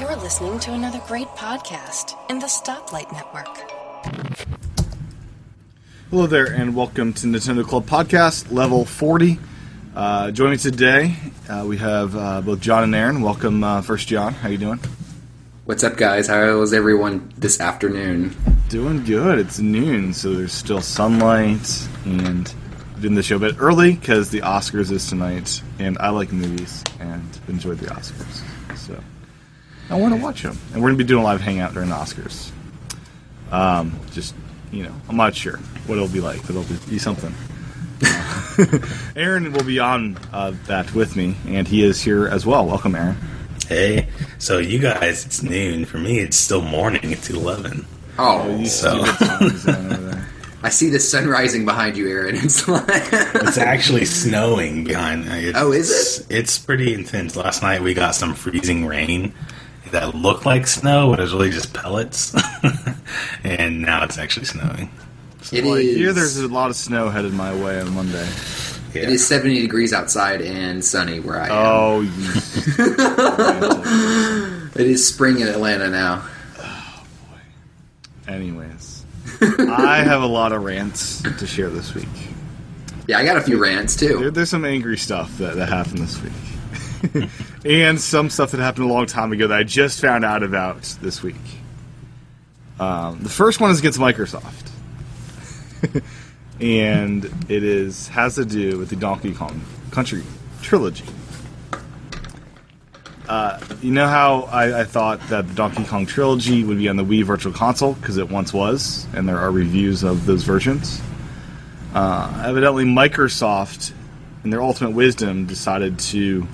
You're listening to another great podcast in the Stoplight Network. Hello there, and welcome to Nintendo Club Podcast, level 40. Uh, joining me today, uh, we have uh, both John and Aaron. Welcome, uh, first John. How you doing? What's up, guys? How is everyone this afternoon? Doing good. It's noon, so there's still sunlight, and doing the show a bit early because the Oscars is tonight, and I like movies and enjoyed the Oscars, so I want to watch them. And we're gonna be doing a live hangout during the Oscars. Um, just you know, I'm not sure what it'll be like, but it'll be something. Uh, Aaron will be on uh, that with me, and he is here as well. Welcome, Aaron. Hey, so you guys, it's noon. For me, it's still morning. It's 11. Oh, So I see the sun rising behind you, Aaron. It's like it's actually snowing behind me. It's- Oh, is It's, pretty intense. Last night we got some freezing rain that looked like snow, but it was really just pellets. and now it's actually snowing. it Well, here there's is. a lot of snow headed my way on Monday. Yeah. It is seventy degrees outside and sunny where I am. Oh, you. It is spring in Atlanta now. Anyways, I have a lot of rants to share this week. Yeah, I got a few rants There, too. there's some angry stuff that, that happened this week. and some stuff that happened a long time ago that I just found out about this week. Um, the first one is against Microsoft. and it is has to do with the Donkey Kong Country trilogy. Uh, you know how I, I thought that the Donkey Kong trilogy would be on the Wii Virtual Console because it once was, and there are reviews of those versions Uh, evidently Microsoft, in their ultimate wisdom, decided to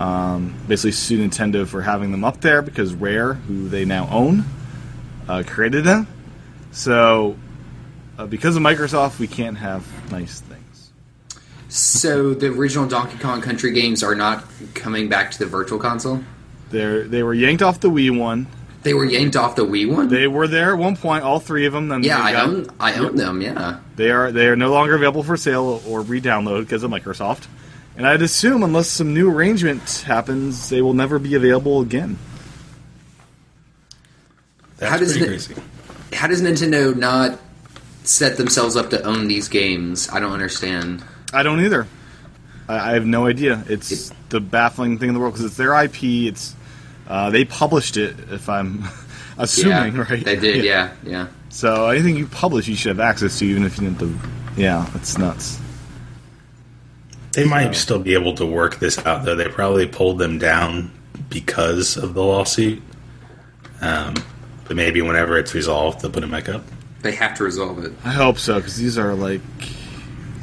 um, basically sue Nintendo for having them up there because Rare, who they now own, uh, created them. So, uh, because of Microsoft, we can't have nice things. So the original Donkey Kong Country games are not coming back to the Virtual Console. They're, they were yanked off the Wii one. They were yanked off the Wii one. They were there at one point, all three of them. Then yeah, they I got- own. I own them. Yeah. They are they are no longer available for sale or re-download because of Microsoft. And I'd assume unless some new arrangement happens, they will never be available again. That's How does pretty it- crazy. How does Nintendo not set themselves up to own these games? I don't understand. I don't either. I, I have no idea. It's the baffling thing in the world because it's their IP. It's uh, they published it. If I'm assuming yeah, right, They did. Yeah, yeah. So anything you publish, you should have access to, even if you didn't. The, yeah, it's nuts. They might still be able to work this out, though. They probably pulled them down because of the lawsuit. Um, but maybe whenever it's resolved, they'll put them back up. They have to resolve it. I hope so because these are like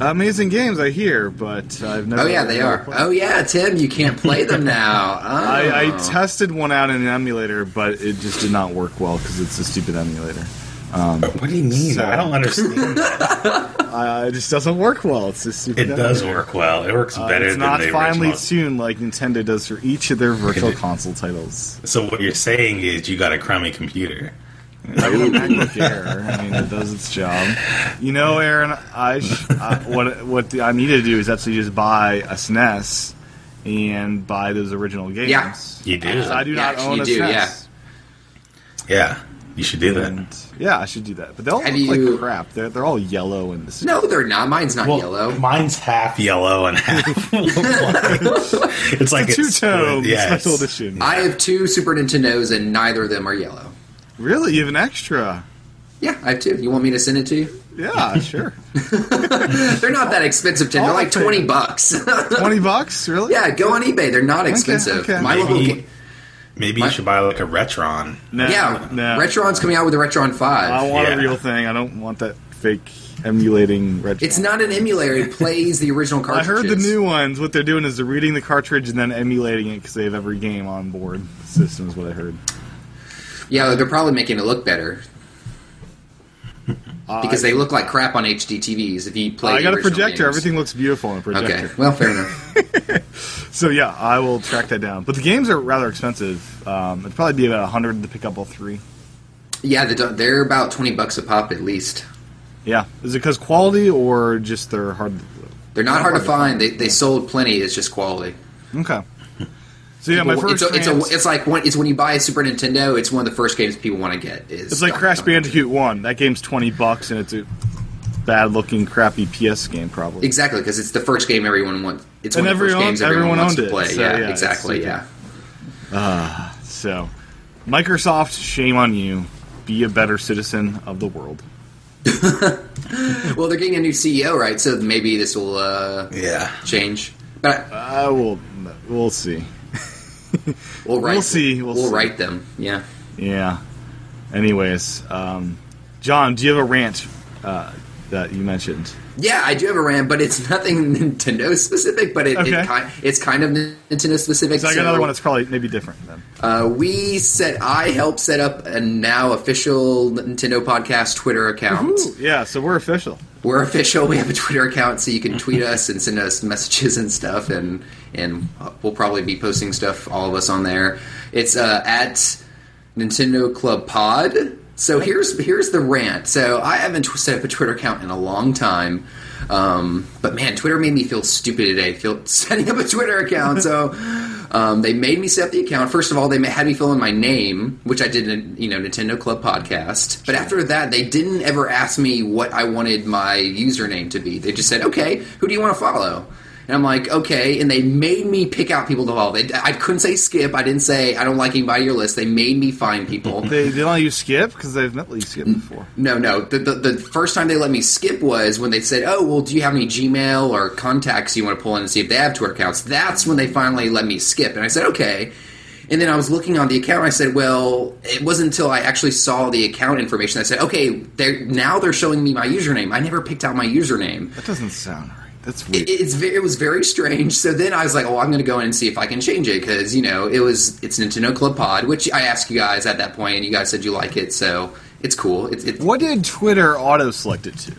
amazing games. I hear, but I've never. Oh yeah, they never are. played. Oh yeah, Tim, you can't play them now. Oh. I, I tested one out in an emulator, but it just did not work well because it's a stupid emulator. What do you mean? So- I don't understand. Uh, it just doesn't work well. It's a stupid. It does emulator. work well. It works Uh, better it's than not the finally original. tuned like Nintendo does for each of their virtual console titles. so what you're saying is you got a crummy computer. I got a MacBook Air. I mean, it does its job. You know, Aaron, I, sh- I what what I need to do is actually just buy a SNES and buy those original games. Yeah. You do. Because I do not Yeah, own you a E do, SNES. yeah. Yeah, you should do that. And yeah, I should do that. But they all Have look like you- crap. They're they're all yellow and this. no, they're not. Mine's not Well, yellow. Mine's half yellow and half. white. it's like Two tone Yeah, it's- special edition. I have two Super Nintendos, and neither of them are yellow. Really, you have an extra? Yeah, I have two. You want me to send it to you? Yeah, sure. They're not that expensive, Tim. They're I'll like pay. twenty bucks. Twenty bucks, really? yeah, go on eBay. They're not expensive. okay. My local, Maybe, maybe you My- should buy like a Retron. No, yeah, no. Retron's coming out with the Retron Five. I want a Yeah. real thing. I don't want that fake emulating red. It's not an emulator. It plays the original I cartridges. heard the new ones. What they're doing is they're reading the cartridge and then emulating it because they have every game on board the system. Is what I heard. Yeah, they're probably making it look better Uh, because they look like crap on HD TVs. If you play, I the got a original projector. games. Everything looks beautiful on a projector. Okay, well, fair enough. So yeah, I will track that down. But the games are rather expensive. Um, it'd probably be about hundred to pick up all three. Yeah, the, they're about twenty bucks a pop at least. Yeah, is it because quality or just they're hard? They're not hard to find. They, they sold plenty. It's just quality. Okay. So yeah, my Well, first. it's, a, it's, trans- a, it's like when, it's when you buy a Super Nintendo, it's one of the first games people want to get. Is It's like Donkey Crash Kong. Bandicoot One. That game's twenty bucks, and it's a bad-looking, crappy PS game, probably. Exactly, because it's the first game everyone wants. It's And one of the everyone- first games everyone, everyone owned wants to it, play. so, yeah, yeah, it's exactly. stupid. Yeah, So, Microsoft, shame on you. Be a better citizen of the world. Well, they're getting a new CEO, right? So maybe this will uh, Yeah. change. But I- I will. We'll see. we'll write. we'll see, we'll see. write them. Yeah. Yeah. Anyways, um, John, do you have a rant uh, that you mentioned? Yeah, I do have a rant, but it's nothing Nintendo specific. But it, Okay. it ki- it's kind of Nintendo specific. So I so, got another one that's probably maybe different then. Uh, we set. I helped set up a now official Nintendo podcast Twitter account. Yeah. So we're official. We're official. We have a Twitter account, so you can tweet us and send us messages and stuff, and and we'll probably be posting stuff, all of us on there. It's uh, at Nintendo Club Pod. So here's here's the rant. So I haven't tw- set up a Twitter account in a long time, um, but man, Twitter made me feel stupid today. Feel setting up a Twitter account. So um, they made me set up the account. First of all, they ma- had me fill in my name, which I did in you know Nintendo Club Podcast. But after that, they didn't ever ask me what I wanted my username to be. They just said, "Okay, who do you want to follow?" And I'm like, okay. And they made me pick out people to follow. They, I couldn't say skip. I didn't say I don't like anybody on your list. They made me find people. They they don't let you skip because they've not let you skip before. No, no. The, the, the first time they let me skip was when they said, "Oh, well, do you have any Gmail or contacts you want to pull in and see if they have Twitter accounts?" That's when they finally let me skip, and I said, "Okay." And then I was looking on the account. and I said, "Well, it wasn't until I actually saw the account information that I said, okay, they're, now they're showing me my username. I never picked out my username. That doesn't sound right. That's weird. It, it's ve- it was very strange. So then I was like, "Oh, I'm going to go in and see if I can change it because you know it was it's Nintendo Club Pod, which I asked you guys at that point, and you guys said you like it, so." It's cool. It's it's What did Twitter auto select it to?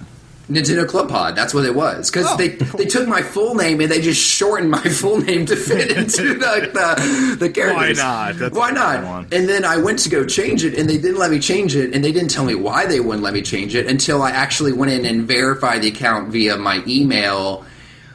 Nintendo Club Pod. That's what it was because Oh, they cool. they took my full name and they just shortened my full name to fit into the the, the characters. not? That's Why a good one. not? And then I went to go change it, and they didn't let me change it, and they didn't tell me why they wouldn't let me change it until I actually went in and verified the account via my email.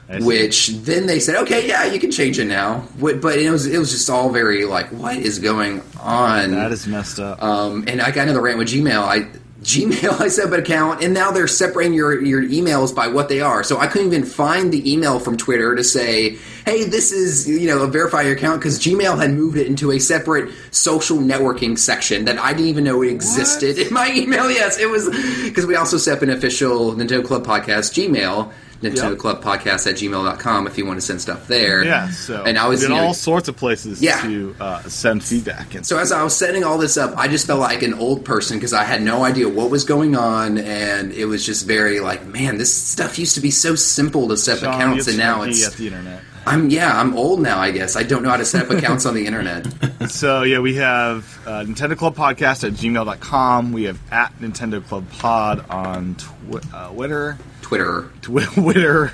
I see. Which then they said, okay, yeah, you can change it now. Wh- But it was it was just all very like, what is going on? That is messed up. Um, and I got another rant with Gmail. I Gmail I set up an account, and now they're separating your your emails by what they are. So I couldn't even find the email from Twitter to say, "Hey, this is you know verify your account," because Gmail had moved it into a separate social networking section that I didn't even know existed in my email. Yes, it was because we also set up an official Nintendo Club podcast Gmail. Nintendo Yep. Club Podcast at gmail.com if you want to send stuff there. yeah. So and I was in you know, all sorts of places Yeah. to uh, send feedback. And so as I was setting all this up, I just felt like an old person because I had no idea what was going on, and it was just very like, man, this stuff used to be so simple to set Sean up accounts, gets and now funky it's at the internet. I'm yeah, I'm old now, I guess. I don't know how to set up accounts on the internet. So yeah, we have uh, Nintendo Club Podcast at gmail.com. We have at Nintendo Club Pod on twi- uh, Twitter, Twitter. Twi- Twitter,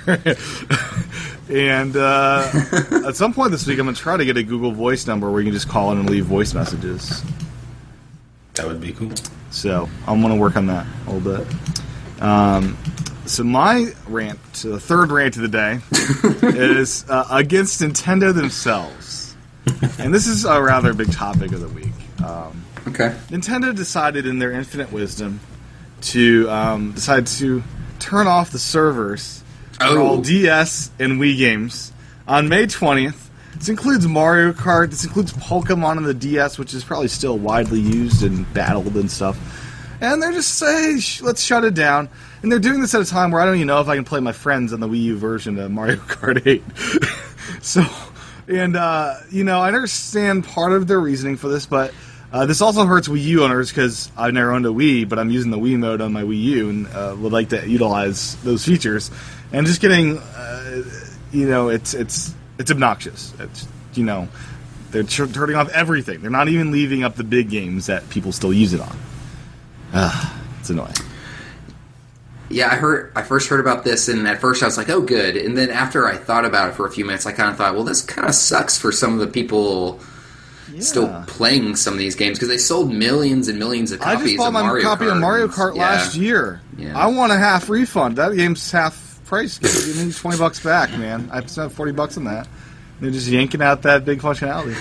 and uh, at some point this week, I'm gonna try to get a Google Voice number where you can just call in and leave voice messages. That would be cool. So I'm gonna work on that a little bit. Um, so my rant, so the third rant of the day, is uh, against Nintendo themselves, and this is a rather big topic of the week. Um, Okay. Nintendo decided, in their infinite wisdom, to um, decide to turn off the servers for Oh. all DS and Wii games on May 20th. This includes Mario Kart. This includes Pokemon on the DS, which is probably still widely used and battled and stuff. And they're just saying, "Sh- let's shut it down. And they're doing this at a time where I don't even know if I can play my friends on the Wii U version of Mario Kart 8. so, and, uh, you know, I understand part of their reasoning for this, but uh, this also hurts Wii U owners because I've never owned a Wii, but I'm using the Wii mode on my Wii U and uh, would like to utilize those features. And just getting, uh, you know, it's it's it's obnoxious. It's you know, they're tur turning off everything. They're not even leaving up the big games that people still use it on. Ugh, it's annoying. Yeah, I heard. I first heard about this, and at first I was like, "Oh, good." And then after I thought about it for a few minutes, I kind of thought, "Well, this kind of sucks for some of the people still Yeah. playing some of these games because they sold millions and millions of I copies just bought of my Mario copy Kart of Mario and- Kart yeah. last year. Yeah. I want a half refund. That game's half price. Give me twenty bucks back, man. I spent forty bucks on that. They're just yanking out that big functionality.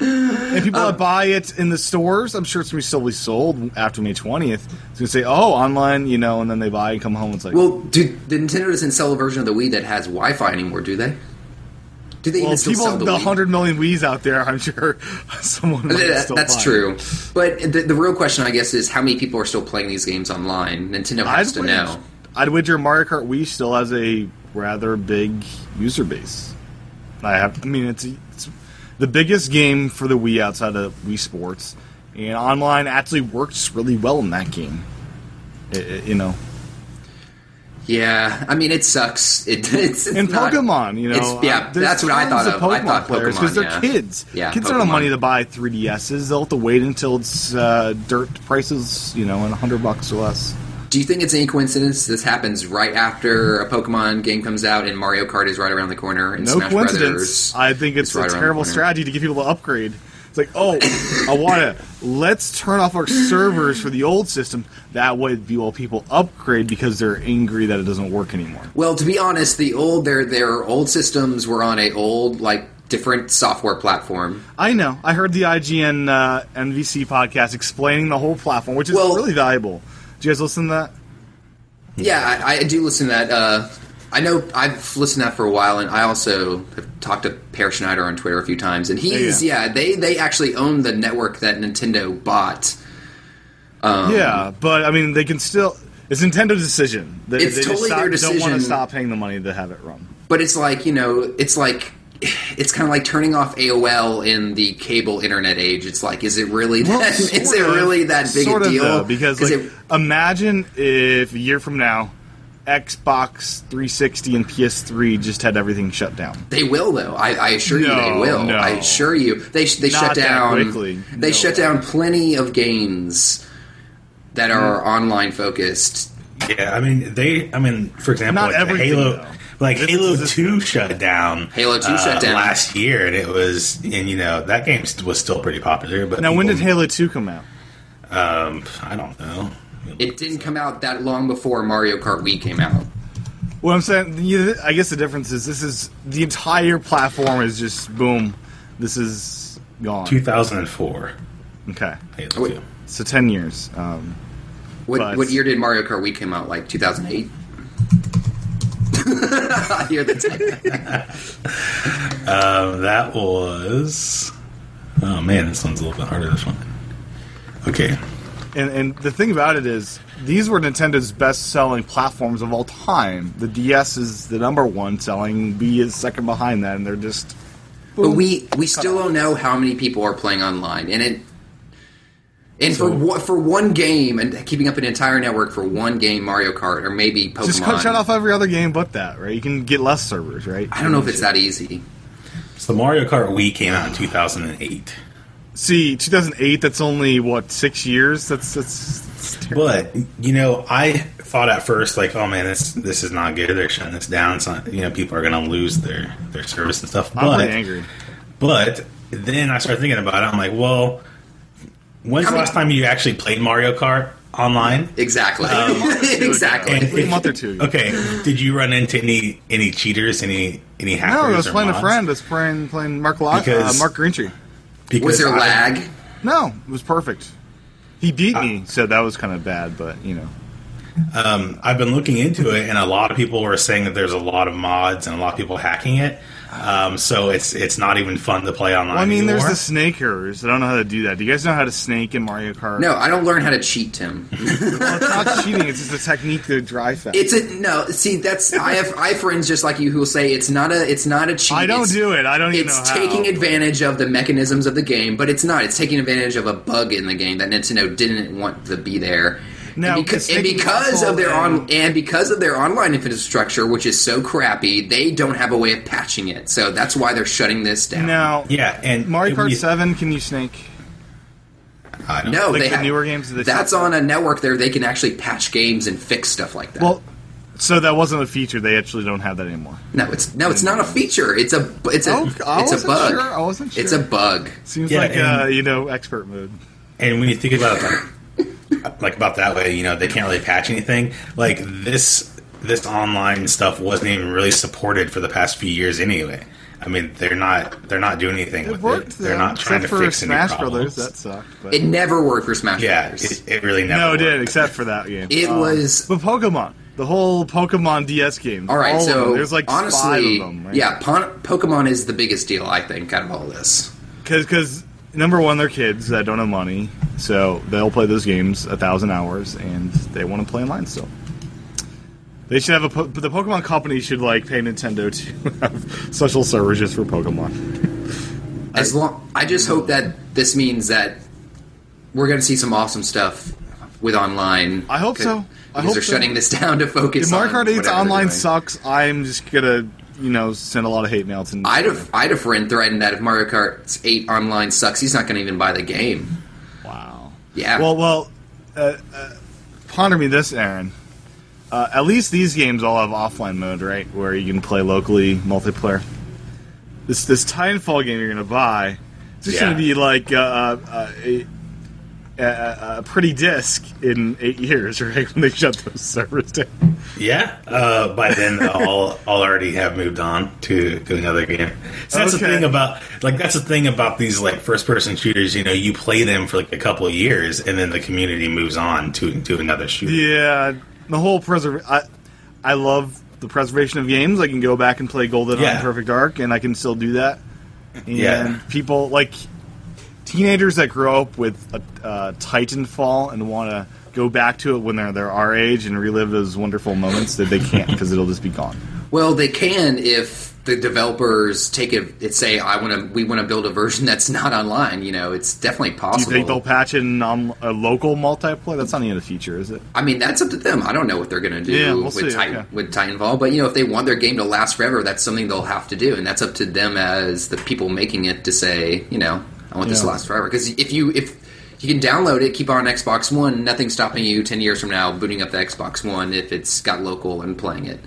and people Um, that buy it in the stores, I'm sure it's going to be slowly sold after May 20th. It's going to say, oh, online, you know, and then they buy and come home. It's like, Well, do the Nintendo doesn't sell a version of the Wii that has Wi-Fi anymore, do they? Do they well, even still people, sell the, the, Wii? 100 Uh, million Wii's out there, I'm sure someone might That- still that's buy it. true. But the, the real question, I guess, is how many people are still playing these games online? Nintendo has to wed- know. I'd wager Mario Kart Wii still has a rather big user base. I have. I mean, it's, it's the biggest game for the Wii outside of Wii Sports, and online actually works really well in that game. It- it- you know, Yeah, I mean, it sucks. It, it's, it's and not- Pokemon. You know, it's- yeah, uh, there's that's what I tons thought of. I thought players Pokemon, they're yeah. kids. Yeah, kids don't have Pokemon. money to buy 3DSs. They'll have to wait until it's uh, dirt prices. You know, and 100 bucks or less. Do you think it's any coincidence this happens right after a Pokemon game comes out and Mario Kart is right around the corner and no Smash coincidence. Brothers? I think it's is right a around the terrible corner? strategy to get people to upgrade. It's like, oh, I want to let's turn off our servers for the old system. That way, be well, people upgrade because they're angry that it doesn't work anymore. Well, to be honest, the old their their old systems were on a old like different software platform. I know. I heard the IGN uh, NVC podcast explaining the whole platform, which is Well- really valuable. Did you guys listen to that? Hmm. Yeah, I, I do listen to that. Uh, I know I've listened to that for a while, and I also have talked to Per Schneider on Twitter a few times, and he's Yeah, yeah, they they actually own the network that Nintendo bought. um, yeah, but I mean, they can still. It's Nintendo's decision. They, It's they just totally their stop- Don't want decision. to stop paying the money to have it run. But it's like you know, it's like it's kind of like turning off AOL in the cable internet age. It's like, is it really that? Well, Is sort it of- really that big sort a of, deal? though, because 'Cause like, it- imagine if a year from now, Xbox 360 and PS3 just had everything shut down. They will, though. I, I assure you, they No, will. no. I assure you, they sh- they Not shut that down. quickly. They No shut way. down plenty of games that are Mm. online focused. Yeah, I mean they. I mean, for example, Not like the everything, Halo, though. like This- Halo this- Two shut down. uh, Halo 2 shut down. last year, and it was, and you know that game st- was still pretty popular. But Now, when did people- Halo 2 come out? Um, I don't know. It didn't come out that long before Mario Kart Wii came out. Well, I'm saying, you- I guess the difference is this is the entire platform is just boom. This is gone. 2004. Okay, Halo Wait. 2. so 10 years. Um, What But- what year did Mario Kart Wii come out? Like 2008. I hear the tech. Um, that was. Oh man, this one's a little bit harder. This one. Okay. and, and the thing about it is, these were Nintendo's best-selling platforms of all time. The DS is the number one selling. Wii is second behind that, and they're just But we we still don't know how many people are playing online, and it and for one, for one game and keeping up an entire network for one game, Mario Kart or maybe Pokemon. Just cut shut off every other game but that, right? You can get less servers, right? I don't know if it's that easy. So Mario Kart Wii came out in 2008. See, 2008. That's only what six years. That's that's. that's terrible. But you know, I thought at first like, oh man, this this is not good. They're shutting this down. It's not, you know, people are gonna lose their their service and stuff. I'm But pretty angry. but then I started thinking about it. I'm like, well, when's How the many- last time you actually played Mario Kart online? Exactly. Um, And exactly. Like a if- month or two ago. Okay, did you run into any any cheaters, any any hackers? No, I was or playing mods? a friend. I was playing playing Mark Lo- uh, Because- Mark Greentree. Because Was there I- lag? No, it was perfect. He beat Uh, me, so that was kind of bad. But you know, I've been looking into it, and a lot of people were saying that there's a lot of mods and a lot of people hacking it. Um, so it's it's not even fun to play online. well, I mean, there's anymore. the snakers. I don't know how to do that. Do you guys know how to snake in Mario Kart? No, I don't learn how to cheat, Tim. well, it's not cheating. It's just a technique to drive fast. It's a no. See, that's I have I have friends just like you who will say it's not a it's not a cheat. I don't it's- do it. I don't even It's know how. taking advantage of the mechanisms of the game, but it's not. It's taking advantage of a bug in the game that Nintendo didn't want to be there. No, and, it's because, and taking because of their console on and because of their online infrastructure, which is so crappy, they don't have a way of patching it. So that's why they're shutting this down. Now, yeah, and Mario and when Kart you- Seven. Can you snake? I don't no, like they the have, newer games that they that's shut on a network there. They can actually patch games and fix stuff like that. Well, so that wasn't a feature. They actually don't have that anymore. no, it's no, it's not a feature. It's a bu- it's a Oh, I it's a wasn't bug. sure. I wasn't It's a sure. bug. Seems Yeah, like uh, and- you know expert mode. And when you think about it, like, like about that way, you know, they can't really patch anything. Like this this online stuff wasn't even really supported for the past few years anyway. I mean, they're not they're not doing anything It with worked. it. They're though, not trying to except for fix Smash any Brothers. problems. That sucked. But. It never worked for Smash yeah, Brothers. it, it really never no, it worked. did, except for that game. Uh, It was- But Pokemon. The whole Pokemon DS game. all right, of so them. There's like honestly, five of them. Right? yeah, Pon- Pokemon is the biggest deal I think out of all this. Because number one, they're kids that don't have money, so they'll play those games a thousand hours, and they want to play online still. They should have a. Po- but the Pokemon company should like pay Nintendo to have social servers just for Pokemon. As long, I just hope that this means that we're going to see some awesome stuff with online. I hope Because- so. I because hope they're so. shutting this down to focus. If Mario Kart on 8's whatever they're online doing. sucks, I'm just gonna you know send a lot of hate mail to. I'd have, I'd have friend threatened that if Mario Kart 8 online sucks, he's not going to even buy the game. Wow. Yeah. Well, well, uh, uh, ponder me this, Aaron. Uh, at least these games all have offline mode, right, where you can play locally multiplayer. This this Titanfall game you're gonna buy, it's just Yeah. gonna be like uh, uh, a, a, a a pretty disc in eight years, right? When they shut those servers down. Yeah. Uh, by then, they'll all, all already have moved on to, to another game. So that's the Okay. thing about like that's the thing about these like first person shooters. You know, you play them for like a couple of years, and then the community moves on to to another shooter. Yeah, the whole preserv. I, I love the preservation of games. I can go back and play Golden Yeah. on Perfect Dark, and I can still do that. And Yeah. people like teenagers that grow up with a, uh, Titanfall and want to go back to it when they're they're our age and relive those wonderful moments that they can't because it'll just be gone. Well, they can if the developers take it. It say, "I want to. We want to build a version that's not online." You know, it's definitely Do you possible. think they'll patch in on a local multiplayer? That's not even a feature, is it? I mean, that's up to them. I don't know what they're going to do Yeah, we'll with see, Titan, okay. with Titanfall, but you know, if they want their game to last forever, that's something they'll have to do, and that's up to them as the people making it to say, you know, I want this to Yeah. last forever. Because if you if you can download it, keep it on Xbox One, nothing's stopping you ten years from now booting up the Xbox One if it's got local and playing it.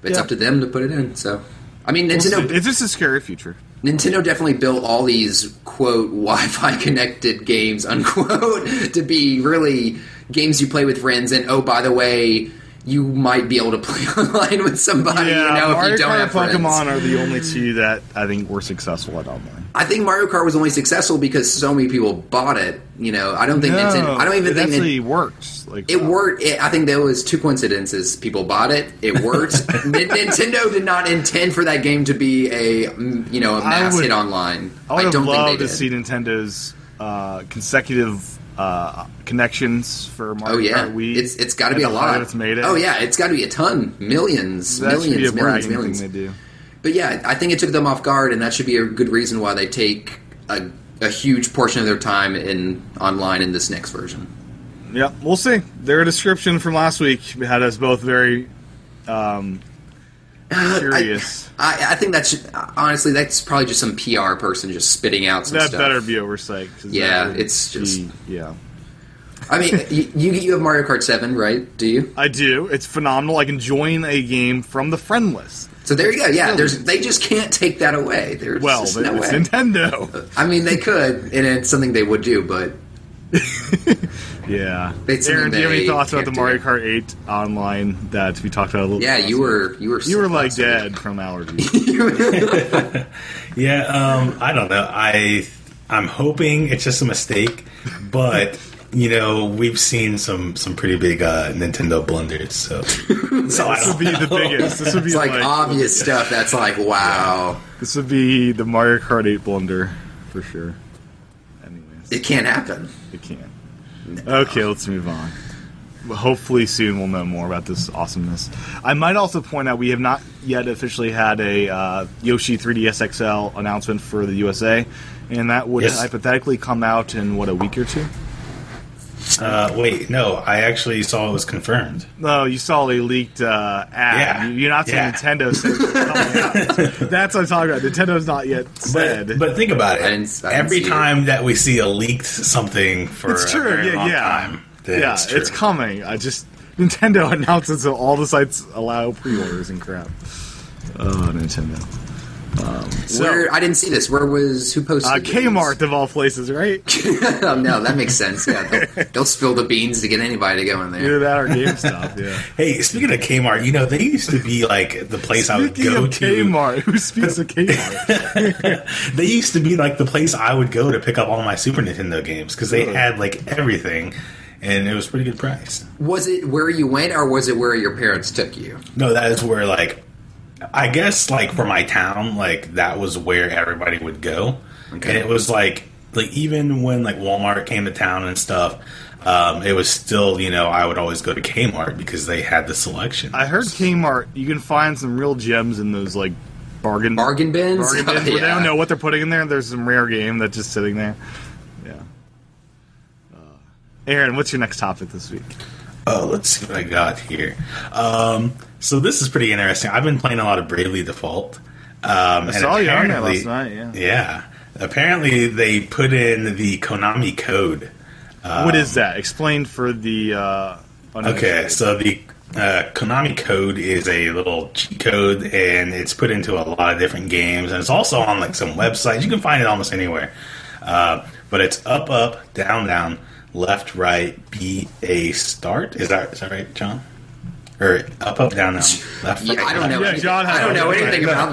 But it's Yeah. up to them to put it in. So, I mean, We'll Nintendo. see. It's just a scary future. Nintendo definitely built all these quote Wi-Fi connected games unquote to be really games you play with friends and oh by the way you might be able to play online with somebody you know if Mario you don't Kart have and Pokemon friends. are the only two that I think were successful at online. I think Mario Kart was only successful because so many people bought it. You know I don't think Nintendo. I don't even it think actually that works. Like uh, it worked. It, I think there was two coincidences. People bought it. It worked. Nin- Nintendo did not intend for that game to be a mm, you know a mass would- hit online. I would have don't loved think they to did. see Nintendo's uh, consecutive uh, connections for Mario Oh yeah, Kart Wii. it's it's got to and be a the lot. hardware That's made it. Oh yeah, it's got to be a ton, millions, that should be a millions, millions, bragging millions. thing they do. But yeah, I think it took them off guard, and that should be a good reason why they take a, a huge portion of their time in online in this next version. Yeah, we'll see. Their description from last week had us both very um, curious. I, I think that's honestly that's probably just some PR person just spitting out some that stuff. better be oversight. 'cause Yeah, that would it's just- be- yeah. I mean, you, you you have Mario Kart Seven, right? Do you? I do. It's phenomenal. I can join a game from the friend list. So there you go. Yeah, there's they just can't take that away. There's Well, just but no it's way. Nintendo. I mean, they could, and it's something they would do, but Yeah. It's Aaron, do you have any something thoughts they about the can't Mario do. Kart 8 online that we talked about a little yeah, last you week? were you were You were like last week. dead from allergies. Yeah, um, I don't know. I I'm hoping it's just a mistake, but you know we've seen some some pretty big uh, Nintendo blunders. So, so I this would don't be the biggest. This would be It's like, uh, like, obvious stuff that's like, wow, this would be the Mario Kart 8 blunder for sure. Anyways, it can't happen. it can't. Okay, let's move on. Well, Hopefully soon we'll know more about this awesomeness. I might also point out we have not yet officially had a uh, Yoshi 3DS XL announcement for the USA, and that would Yes. hypothetically come out in what a week or two. Uh, wait, no, I actually saw it was confirmed. No, you saw a leaked uh, ad. Yeah. You're not seeing Yeah. Nintendo. Say it's coming out. That's what I'm talking about. Nintendo's not yet said. But, but think about it. I didn't- I didn't Every see it. time that we see a leaked something for it's true. a very yeah, long yeah. time, then yeah, it's, it's, true. coming. I just Nintendo announces that all the sites allow pre-orders and crap. Oh, Nintendo. So, Where I didn't see this. Where was who posted? uh, this? Kmart of all places, right? oh, no, that makes sense. Yeah, they'll, they'll spill the beans to get anybody to go in there. Either that or GameStop. Yeah. Hey, speaking of Kmart, you know they used to be like the place I would Speaking go of to. Kmart, who speaks of Kmart? They used to be like the place I would go to pick up all my Super Nintendo games because they had like everything, and it was pretty good price. Was it where you went, or was it where your parents took you? No, that is where like I guess like for my town, like that was where everybody would go. Okay. And it was like like even when like Walmart came to town and stuff, um, it was still, you know, I would always go to Kmart because they had the selection. I heard Kmart. You can find some real gems in those like bargain Bargain bins. bargain bins. where They Yeah. don't know what they're putting in there. There's some rare game that's just sitting there. Yeah. Uh, Aaron, what's your next topic this week? Oh, let's see what I got here. Um, so this is pretty interesting. I've been playing a lot of Bravely Default. Um, I saw you on there last night, yeah. Yeah. Apparently, they put in the Konami code. uh, what is that? Explain for the. Uh, Okay, so the uh, Konami code is a little cheat code, and it's put into a lot of different games, and it's also on like some websites. You can find it almost anywhere. Uh, but it's up, up, down, down, left, right, B, A, start. Is that is that right, John? Or up, up, down, down, left, Yeah, right, I don't know. Yeah, anything- John I don't has- know anything No. about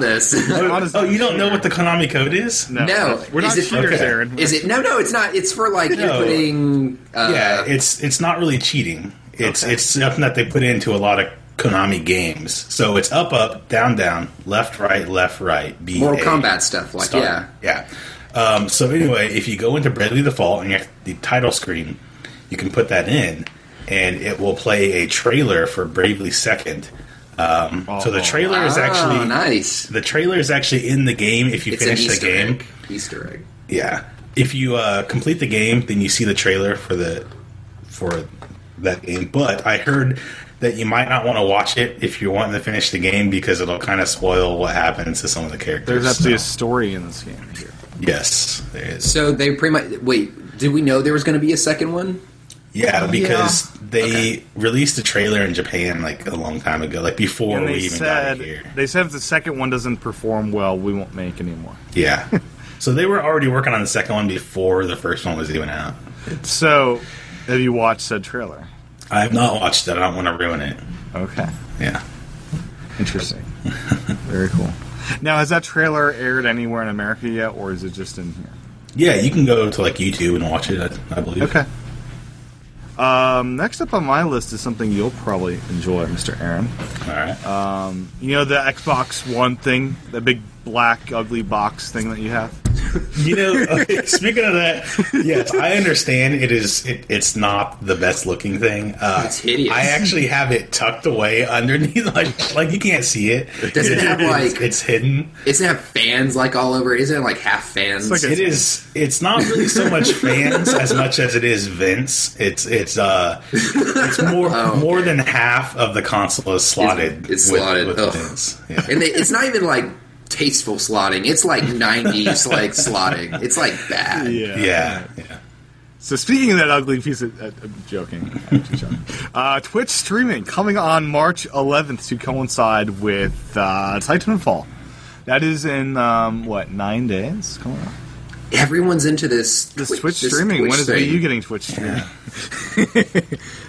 this. honestly, Oh, you don't know what the Konami code is? No, No. we're not Is it- cheaters, okay. Aaron. Is it? No, no, it's not. It's for like No. putting. Uh, yeah, it's it's not really cheating. It's Okay. it's something that they put into a lot of Konami games. So it's up, up, down, down, left, right, left, right. B, Mortal A, Kombat stuff. Like start. yeah. yeah. Um, so anyway, if you go into Bradley Default and you have the title screen, you can put that in, and it will play a trailer for Bravely Second. Um, so the Oh. trailer is oh, actually nice. the trailer is actually in the game if you It's an finish the Easter game. egg. Easter egg. Yeah. If you uh, complete the game, then you see the trailer for the for that game. But I heard that you might not want to watch it if you're wanting to finish the game because it'll kind of spoil what happens to some of the characters. There's actually a So, story in this game here. yes, there is. So they pretty much wait. Did we know there was going to be a second one? Yeah, because they Okay. released a trailer in Japan like a long time ago, like before And we they even said got it here. they said if the second one doesn't perform well, we won't make anymore. yeah. so they were already working on the second one before the first one was even out. So, have you watched said trailer? I have not watched it. I don't want to ruin it. Okay, Yeah. interesting. Very cool. Now, has that trailer aired anywhere in America yet, or is it just in here? Yeah, you can go to like YouTube and watch it. I, I believe. Okay. Um, next up on my list is something you'll probably enjoy, Mr. Aaron. All right. Uh, You know the Xbox One thing, the big black ugly box thing that you have. you know, okay, speaking of that, yes, I understand it is. It, it's not the best looking thing. Uh, It's hideous. I actually have it tucked away underneath, like like you can't see it. Does it have, It's- like- it's hidden? Isn't it have fans like all over it? Isn't it like half fans? It's like It is. It's not really so much fans as much as it is vents. It's it's uh it's more more than half of the console is slotted. Oh, It's- it's slotted. Ugh. vents. Yeah. and they, it's not even like tasteful slotting. It's like '90s like slotting. It's like bad. yeah, yeah. So speaking of that ugly piece of, uh, I'm joking, I'm just joking. Uh, Twitch streaming coming on March 11th to coincide with uh, Titanfall. That is in um, what nine days? Come on, Everyone's into this this Twitch, Twitch, streaming. Twitch when is thing. you getting Twitch streaming?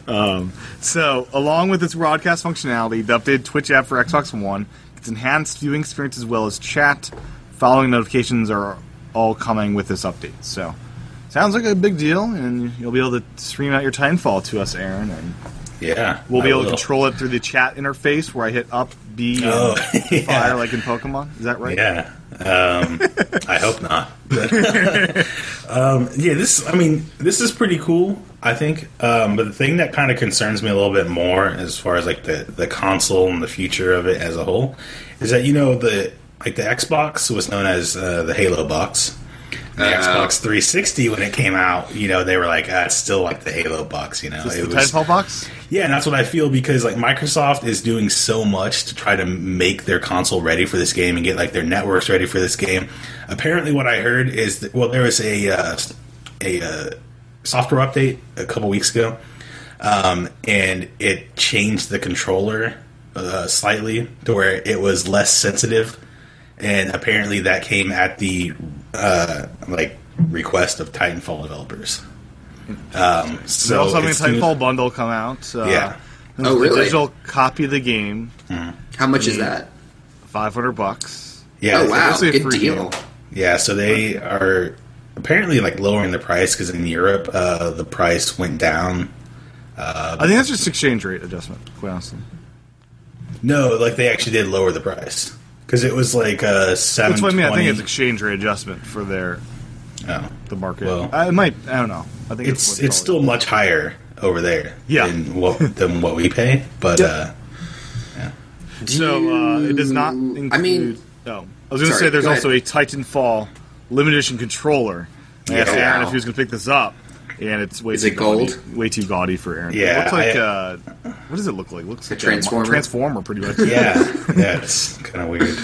um, so along with its broadcast functionality, the updated Twitch app for Xbox One its enhanced viewing experience as well as chat. Following notifications are all coming with this update. So. Sounds like a big deal, and you'll be able to stream out your Titanfall to us, Aaron, and Yeah, We'll be I able to will. control it through the chat interface where I hit up, B, and Oh, yeah. fire like in Pokemon. Is that right? Yeah. Um, I hope not. um, yeah, this, I mean, this is pretty cool, I think. Um, but the thing that kind of concerns me a little bit more as far as like the, the console and the future of it as a whole is that, you know, the, like the Xbox was known as uh, the Halo box. And The Yeah. Xbox 360, when it came out, you know, they were like, ah, it's still like the Halo box, you know? Is it this the Titanfall box? yeah, and that's what I feel because like Microsoft is doing so much to try to make their console ready for this game and get like their networks ready for this game. Apparently, what I heard is that well, there was a uh, a uh, software update a couple weeks ago, um, and it changed the controller uh, slightly to where it was less sensitive and apparently that came at the uh, like request of Titanfall developers. Um, so So also having a as soon as- Titanfall bundle come out. Uh, Yeah. there's Oh, a really? Digital copy of the game, How much is that? five hundred bucks. Yeah, Oh wow, basically a good free deal. game. Yeah, so they are apparently like lowering the price because in Europe uh, the price went down. I think that's just exchange rate adjustment. Quite honestly, No, like they actually did lower the price because it was like uh, seven. that's what I mean. I think it's exchange rate adjustment for their the market. Well- I, it might. I don't know. I think it's that's what it's still called. much higher over there. Yeah. than what than what we pay, but Yep. uh, so uh, it does not. I Include, mean- no. I was going to Sorry, say there's go also ahead. a Titanfall limited edition controller. I asked Yeah. Aaron Wow. if he was going to pick this up, and it's way Is too it gold? gaudy- way too gaudy for Aaron. Yeah, it looks like I- uh, what does it look like? It looks like mo- transformer? transformer, pretty much. yeah, yeah, it's kind of weird.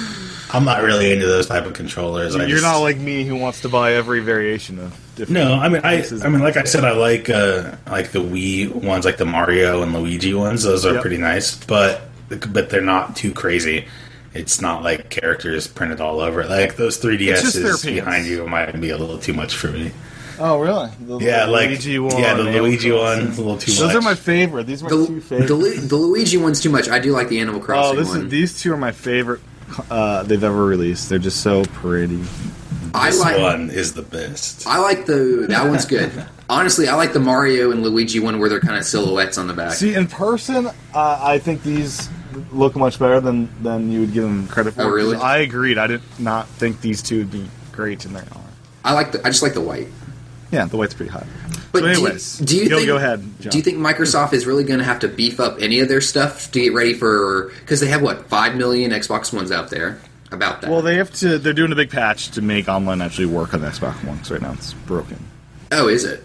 I'm not really into those type of controllers. I You're just- not like me who wants to buy every variation of different. No, I mean, I, This is- I mean, like I said, I like uh, like the Wii ones, like the Mario and Luigi ones. Those are Yep. pretty nice, but but they're not too crazy. It's not like characters printed all over. it. Like those It's just their 3DSs pants. behind you might be a little too much for me. Oh, really? The, Yeah, the like Luigi one. yeah, the Animal Luigi Crossing. one, a little too Those much. are my favorite. These are The, my two favorite. the, Lu- the Luigi one's too much. I do like the Animal oh, Crossing this one. is, these two are my favorite uh, they've ever released. They're just so pretty. I this like one is the best. I like the that one's good. Honestly, I like the Mario and Luigi one where they're kind of silhouettes on the back. See, in person, uh, I think these look much better than than you would give them credit for. Oh, really? 'cause I agreed. I did not think these two would be great, and they are. I like the I just like the white. Yeah, the white's pretty hot. so, But do you- anyways, do you, go, think, go ahead? John. Do you think Microsoft is really going to have to beef up any of their stuff to get ready for? Because they have what five million Xbox Ones out there. About that. Well, they have to. They're doing a big patch to make online actually work on the Xbox One. 'cause right now it's broken. oh, is it?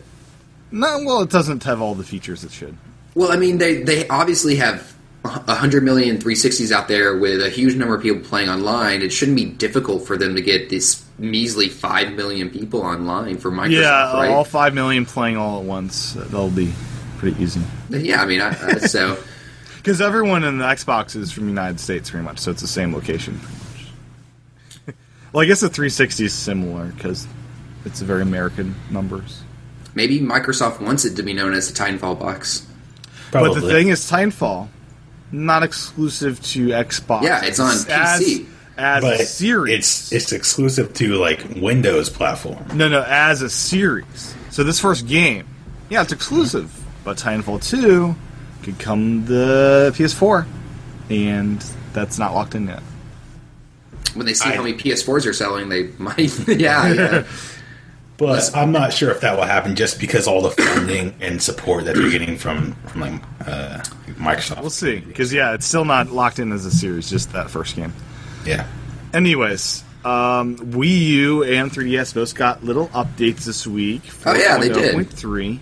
No, well, it doesn't have all the features it should. Well, I mean, they they obviously have a hundred million 360s out there with a huge number of people playing online. It shouldn't be difficult for them to get this measly five million people online for Microsoft. yeah, right? all five million playing all at once. uh, That'll be pretty easy. yeah. I mean, I, I, so. Because everyone in the Xbox is from the United States, pretty much. So it's the same location. Pretty much. well, I guess the 360 is similar because it's very American numbers. Maybe Microsoft wants it to be known as the Titanfall box. But Probably. the thing is, Titanfall not exclusive to Xbox. Yeah, it's on PC. as, as But a series. it's it's exclusive to like Windows platform. No, no, as a series. So this first game, yeah, it's exclusive, but Titanfall 2 could come the PS4, and that's not locked in yet. When they see I- how many PS4s are selling, they might. yeah, yeah. But I'm not sure if that will happen just because all the funding and support that they're getting from from like uh, Microsoft. We'll see, because yeah, it's still not locked in as a series, just that first game. Yeah. Anyways, um, Wii U and 3DS both got little updates this week. Oh, yeah, they did. 4.0.3,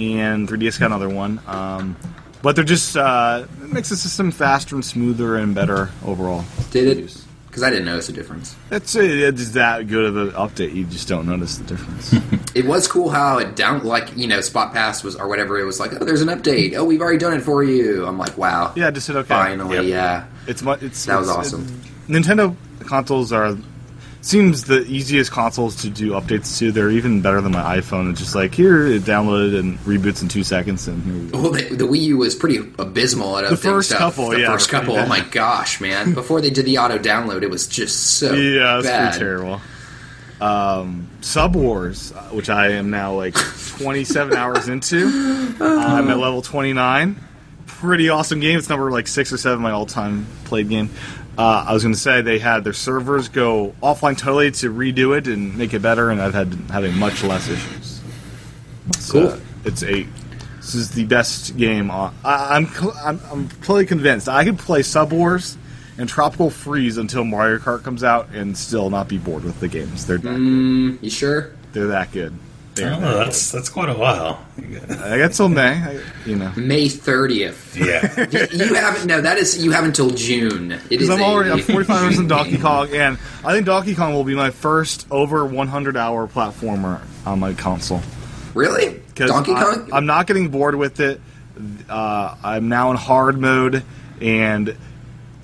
and 3DS got another one. Um, but they're just uh, it makes the system faster and smoother and better overall. Did to it? use. Because I didn't notice a difference. That's it's that good of an update. You just don't notice the difference. It was cool how it down, like you know, Spot Pass was or whatever. It was like, oh, there's an update. Oh, we've already done it for you. I'm like, wow. yeah, just hit okay. Finally, Yep. yeah. It's mu- it's That was it's- awesome. it- Nintendo consoles are seems the easiest consoles to do updates to. They're even better than my iPhone. It's just like here, it downloaded and reboots in two seconds, and here we go. Well, the, the Wii U was pretty abysmal at updating first stuff. couple, the yeah, first pretty couple. Oh bad. my gosh, man! Before they did the auto download, it was just so Yeah, it's bad. pretty terrible. Um, Sub Wars, uh, which I am now like 27 hours into. uh, I'm at level 29. Pretty awesome game. It's number like six or seven my all-time played game. Uh, I was going to say they had their servers go offline totally to redo it and make it better, and I've had having much less issues. So, Cool. It's eight. This is the best game. On, I, I'm, cl- I'm I'm totally convinced. I could play Sub Wars and Tropical Freeze until Mario Kart comes out and still not be bored with the games. They're that Mm. You sure? good. they're that good. They're that Oh, that's that's quite a while. I got till May. I, you know, May thirtieth. Yeah. you haven't. No, that is you have until June. It is because I'm a- already I'm 45 hours in Donkey game. Kong, and I think Donkey Kong will be my first over 100 hour platformer on my console. Really? 'Cause Donkey I- Kong? I'm not getting bored with it. Uh, I'm now in hard mode, and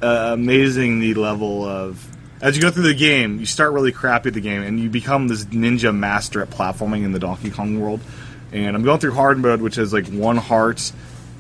uh, amazing the level of As you go through the game, you start really crappy at the game, and you become this ninja master at platforming in the Donkey Kong world. And I'm going through hard mode, which is like one heart,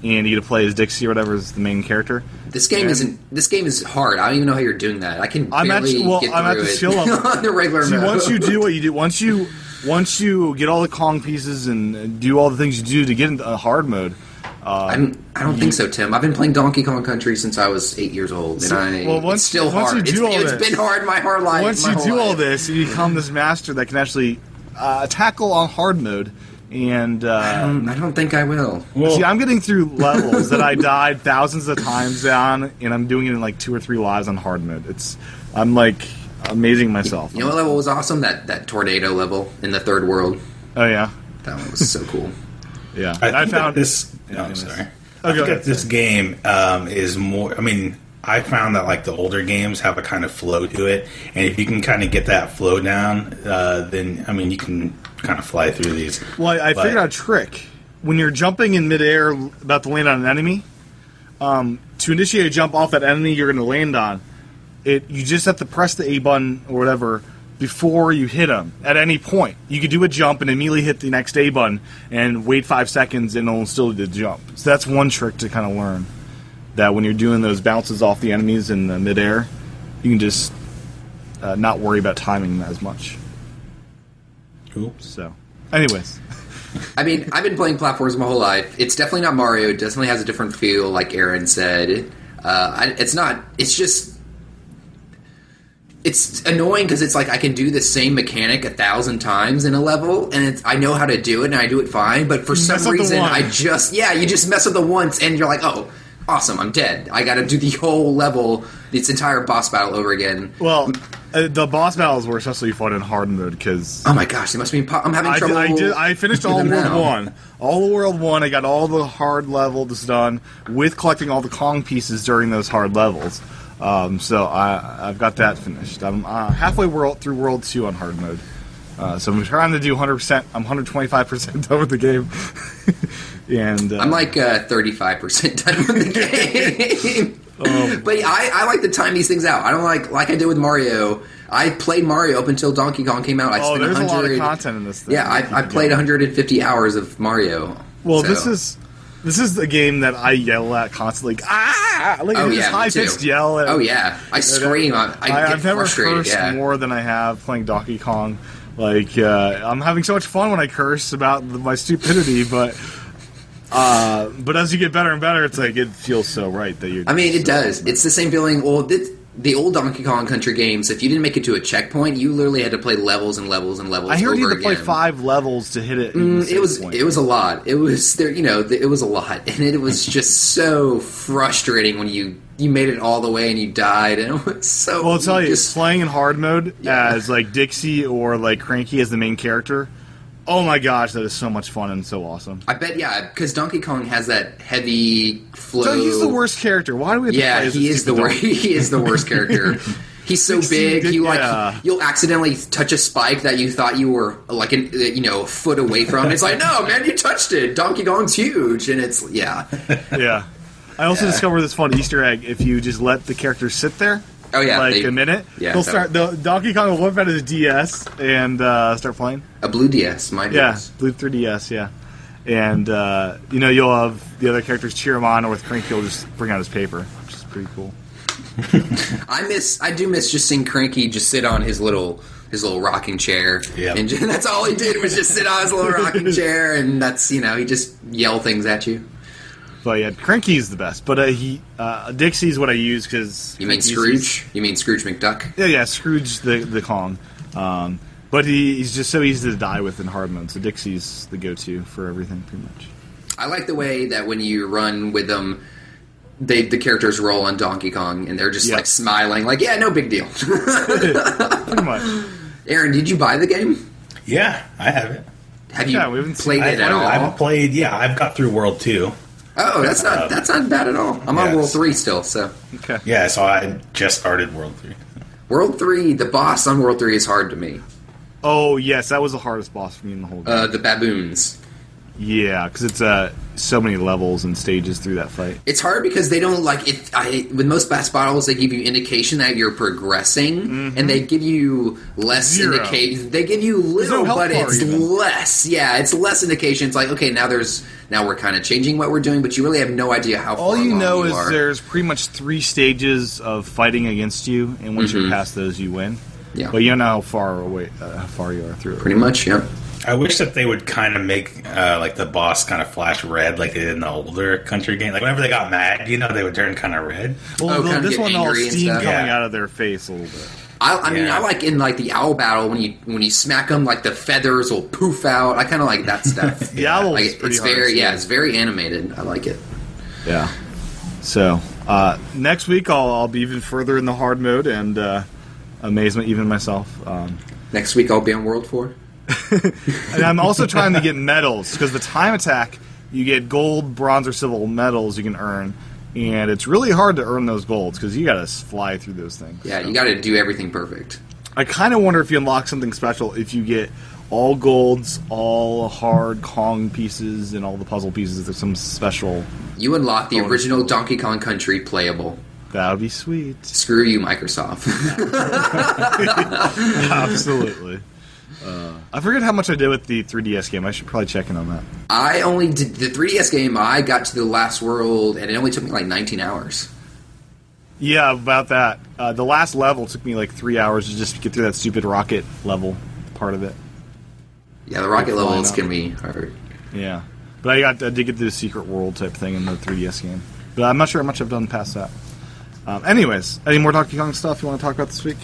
and you get to play as Dixie or whatever is the main character. This game And- isn't. This game is hard. I don't even know how you're doing that. I can I'm barely actually- well, get through I'm at the it skill level. on the regular See, mode. once you do what you do, once you once you get all the Kong pieces and do all the things you do to get into uh, hard mode, I'm, I don't think so, Tim. I've been playing Donkey Kong Country since I was eight years old, and So- I well, once- it's still once hard. you do it's, all it's this- been hard my whole life. once my you whole do all life. this, you become this master that can actually uh, tackle on hard mode. And uh, Mm, I don't think I will. Well, see, I'm getting through levels that I died thousands of times on, and I'm doing it in like two or three lives on hard mode. It's I'm like amazing myself. You know what level was awesome? That that tornado level in the third world. Oh yeah, That one was so cool. yeah. I, found think that this. Yeah, no, it I'm was- sorry. Oh, I go think ahead. that this game um, is more. I mean, I found that like the older games have a kind of flow to it, and if you can kind of get that flow down, uh, then I mean, you can kind of fly through these. Well, I, I But- figured out a trick. When you're jumping in midair, about to land on an enemy, um, to initiate a jump off that enemy you're going to land on, it you just have to press the A button or whatever before you hit them at any point. You could do a jump and immediately hit the next A button and wait five seconds and it'll still do the jump. So that's one trick to kind of learn. That when you're doing those bounces off the enemies in the midair, you can just uh, not worry about timing as much. Cool. So, anyways. I mean, I've been playing platforms my whole life. It's definitely not Mario. It definitely has a different feel, like Aaron said. Uh, I, it's not. It's just. It's annoying because it's like I can do the same mechanic a thousand times in a level, and it's, I know how to do it, and I do it fine. But for mess some up the reason, one. I just yeah, you just mess up the once, and you're like, oh, awesome, I'm dead. I got to do the whole level, this entire boss battle over again. Well, uh, the boss battles were especially fun in hard mode because Oh my gosh, it must be. impo- I'm having I, did- trouble. I, did- I finished all with of them World now. One, all the World One. I got all the hard levels done with collecting all the Kong pieces during those hard levels. Um, so I, I've got that finished. I'm uh, halfway world through World Two on hard mode. Uh, so I'm trying to do 100. percent I'm 125 percent done with the game, and uh, I'm like thirty-five percent done with the game. Oh. but I, I like to time these things out. I don't like like I did with Mario. I played Mario up until Donkey Kong came out. I oh, spent there's a 100, lot of content in this. thing. Yeah, I, I played 150 hours of Mario. Well, So- this is this is the game that I yell at constantly. like, Ah, like oh this yeah, me high too. pitched yell. At, Oh yeah, I scream. I, I, get have never frustrated. cursed Yeah. more than I have playing Donkey Kong. Like uh, I'm having so much fun when I curse about th- my stupidity, but uh, but as you get better and better, it's like it feels so right that you're. I mean, it does. It's the same feeling. Well, this, the old Donkey Kong Country games. If you didn't make it to a checkpoint, you literally had to play levels and levels and levels. I heard you over had to play again. five levels to hit it. in the Mm, same it was point. it was a lot. It was there, you know, th- it was a lot, and it was just so frustrating when you you made it all the way and you died, and it was so. Well, I'll tell you, just- playing in hard mode Yeah. as like Dixie or like Cranky as the main character. Oh my gosh, that is so much fun and so awesome. I bet, yeah, because Donkey Kong has that heavy flow. So he's the worst character. Why do we? Have to Yeah, play as he this is the stupid worst. dog? He is the worst character. He's so Sixteen big. di- You like yeah. you'll accidentally touch a spike that you thought you were like an, uh, you know a foot away from. It's like no man, you touched it. Donkey Kong's huge, and it's yeah. Yeah. I also discovered this fun Easter egg. If you just let the characters sit there, Oh, yeah, like they- a minute, yeah, they'll that- start. The Donkey Kong will whip out his DS and uh, start playing. A blue DS, my Yeah, DS. Blue 3DS. Yeah, and uh, you know you'll have the other characters cheer him on, or with Cranky, he'll just bring out his paper, which is pretty cool. I miss. I do miss just seeing Cranky just sit on his little his little rocking chair. Yep. And just, that's all he did was just sit on his little rocking chair, and that's you know he just yell things at you. But yeah, Cranky's the best. But uh, he uh, Dixie's what I use because You mean Scrooge? You mean Scrooge McDuck? Yeah, yeah, Scrooge the the Kong. Um, but he, he's just so easy to die with in hard mode. So Dixie's the go-to for everything, pretty much. I like the way that when you run with them. They, the characters roll on Donkey Kong and they're just Yeah. like smiling, like, yeah, no big deal. Pretty much. Aaron, did you buy the game? Yeah, I have it. Have you Yeah, we haven't played seen I, it at all? I haven't played. Yeah, I've got through World Two. oh, that's not that's not bad at all. I'm on Yes. World 3 still, so. Okay. Yeah, so I just started World Three. World 3, the boss on World 3 is hard to me. Oh yes, that was the hardest boss for me in the whole game. Uh, the baboons. Yeah, because it's uh, so many levels and stages through that fight. It's hard because they don't like it. I with most bass battles, they give you indication that you're progressing, and they give you less Mm-hmm. Zero. indication. They give you little, no health but bar it's even. less. Yeah, it's less indication. It's like okay, now there's now we're kind of changing what we're doing, but you really have no idea how. All far you along know is are. there's pretty much three stages of fighting against you, and once you're past those, you win. Mm-hmm. Yeah. But you don't know how far away, uh, how far you are through. pretty much. Yep. I wish that they would kind of make uh, like the boss kind of flash red, like they did in the older country game. Like whenever they got mad, you know, they would turn kind of red. Well, Oh, the- kinda this get one all angry and steam stuff. coming Yeah. out of their face a little bit. I, I mean, Yeah. I like in like the owl battle when you when you smack them, like the feathers will poof out. I kind of like that stuff. The owl Like, is pretty it's hard. very too. yeah, it's very animated. I like it. Yeah. So uh, next week I'll, I'll be even further in the hard mode and uh, amazement even myself. Um, Next week I'll be on World Four. and I'm also trying to get medals because the time attack you get gold, bronze, or silver medals you can earn, and it's really hard to earn those golds because you got to fly through those things. Yeah, So- you got to do everything perfect. I kind of wonder if you unlock something special if you get all golds, all hard Kong pieces, and all the puzzle pieces. If there's some special, You unlock the Bonus original Donkey Kong Country playable. that would be sweet. Screw you, Microsoft. Absolutely. Uh, I forget how much I did with the 3DS game. I should probably check in on that. I only did the 3DS game. I got to the last world, and it only took me like 19 hours. Yeah, about that. Uh, the last level took me like three hours to just get through that stupid rocket level part of it. Yeah, the rocket flying levels up. can be hard. Yeah, but I got I did get the secret world type thing in the 3DS game. But I'm not sure how much I've done past that. Um, anyways, any more Donkey Kong stuff you want to talk about this week?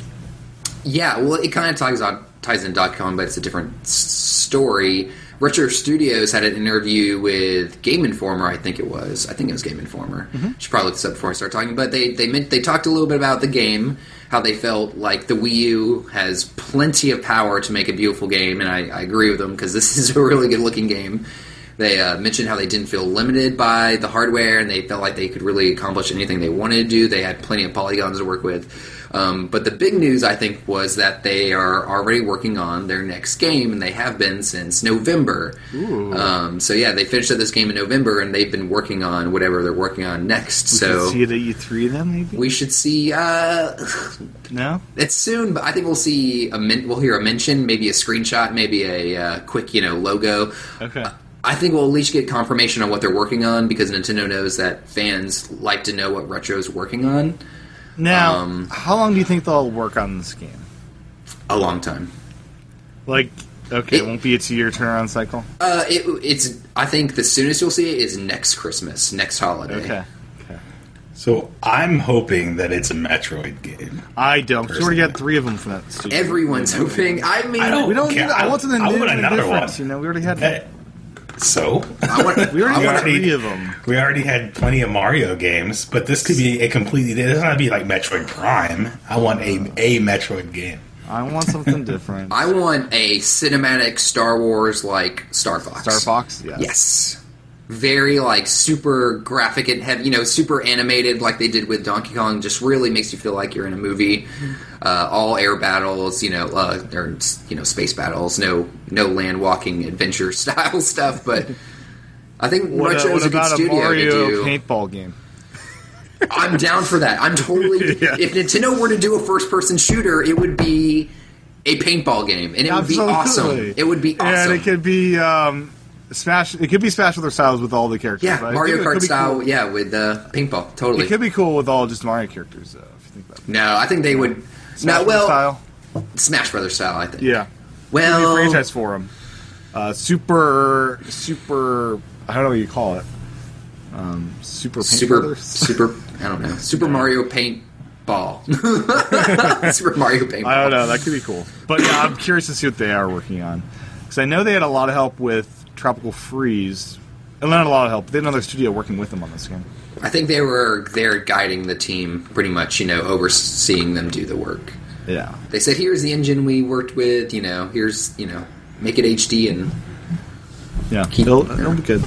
Yeah, well, it kind of ties on ties in dot com, but it's a different s- story. Retro Studios had an interview with Game Informer, I think it was. I think it was Game Informer. Should probably look this up before I start talking. But they they meant, they talked a little bit about the game, how they felt like the Wii U has plenty of power to make a beautiful game, and I, I agree with them because this is a really good looking game. They uh, mentioned how they didn't feel limited by the hardware, and they felt like they could really accomplish anything they wanted to do. They had plenty of polygons to work with. Um, but the big news, I think, was that they are already working on their next game, and they have been since November. Um, so yeah, they finished up this game in November, and they've been working on whatever they're working on next. Did see so it at E3 then maybe? we should see. Uh, no. it's soon, but I think we'll see a min- we'll hear a mention, maybe a screenshot, maybe a uh, quick you know logo. Okay. I think we'll at least get confirmation on what they're working on because Nintendo knows that fans like to know what Retro's working on Now, um, how long do you think they'll work on this game? a long time. Like, okay, it, It- won't be a two-year turnaround cycle. Uh, it, it's I think the soonest you'll see it is next Christmas, next holiday. Okay. Okay. So I'm hoping that it's a Metroid game. I don't. 'cause We already got Personally. three of them from that. stupid- Everyone's hoping. I mean, I don't- We don't. Yeah, need, I want something I new want and another different. one. You know, we already had. Hey, so I want- We already I got already- three of them. we already had plenty of Mario games, but this could be a completely. It doesn't have to be like Metroid Prime. I want a a Metroid game. I want something different. I want a cinematic Star Wars like Star Fox. Star Fox. Yes. Yes. Very like super graphic and heavy, you know, super animated like they did with Donkey Kong. Just really makes you feel like you're in a movie. Uh, all air battles, you know, uh, or you know, space battles. No, no land walking adventure style stuff. But I think What, uh, Retro's what a good about a studio to Mario do. paintball game? I'm down for that. I'm totally. Yeah. If Nintendo were to do a first-person shooter, it would be a paintball game, and it would be Absolutely. awesome. It would be awesome. And it could be um, Smash. It could be Smash with styles with all the characters. yeah, but I Mario think it could Kart be style. cool- Yeah, with uh, paintball. Totally. It could be cool with all just Mario characters. Though, if you think about it. No, I think they would. Smash no, well, style. Smash Brothers style. I think. Yeah. It'd be a Well, franchise for him. Uh, super, super. I don't know what you call it. Um, super. Paint super, Brothers? super. I don't know. Super Mario Paintball. super Mario Paintball. I don't know. That could be cool. But yeah, I'm curious to see what they are working on because I know they had a lot of help with Tropical Freeze. And not a lot of help. They had another studio working with them on this game. I think they were there guiding the team, pretty much. You know, overseeing them do the work. Yeah. They said, "Here's the engine we worked with. You know, here's you know, make it HD and Yeah. Keep- It'll, it'll be good.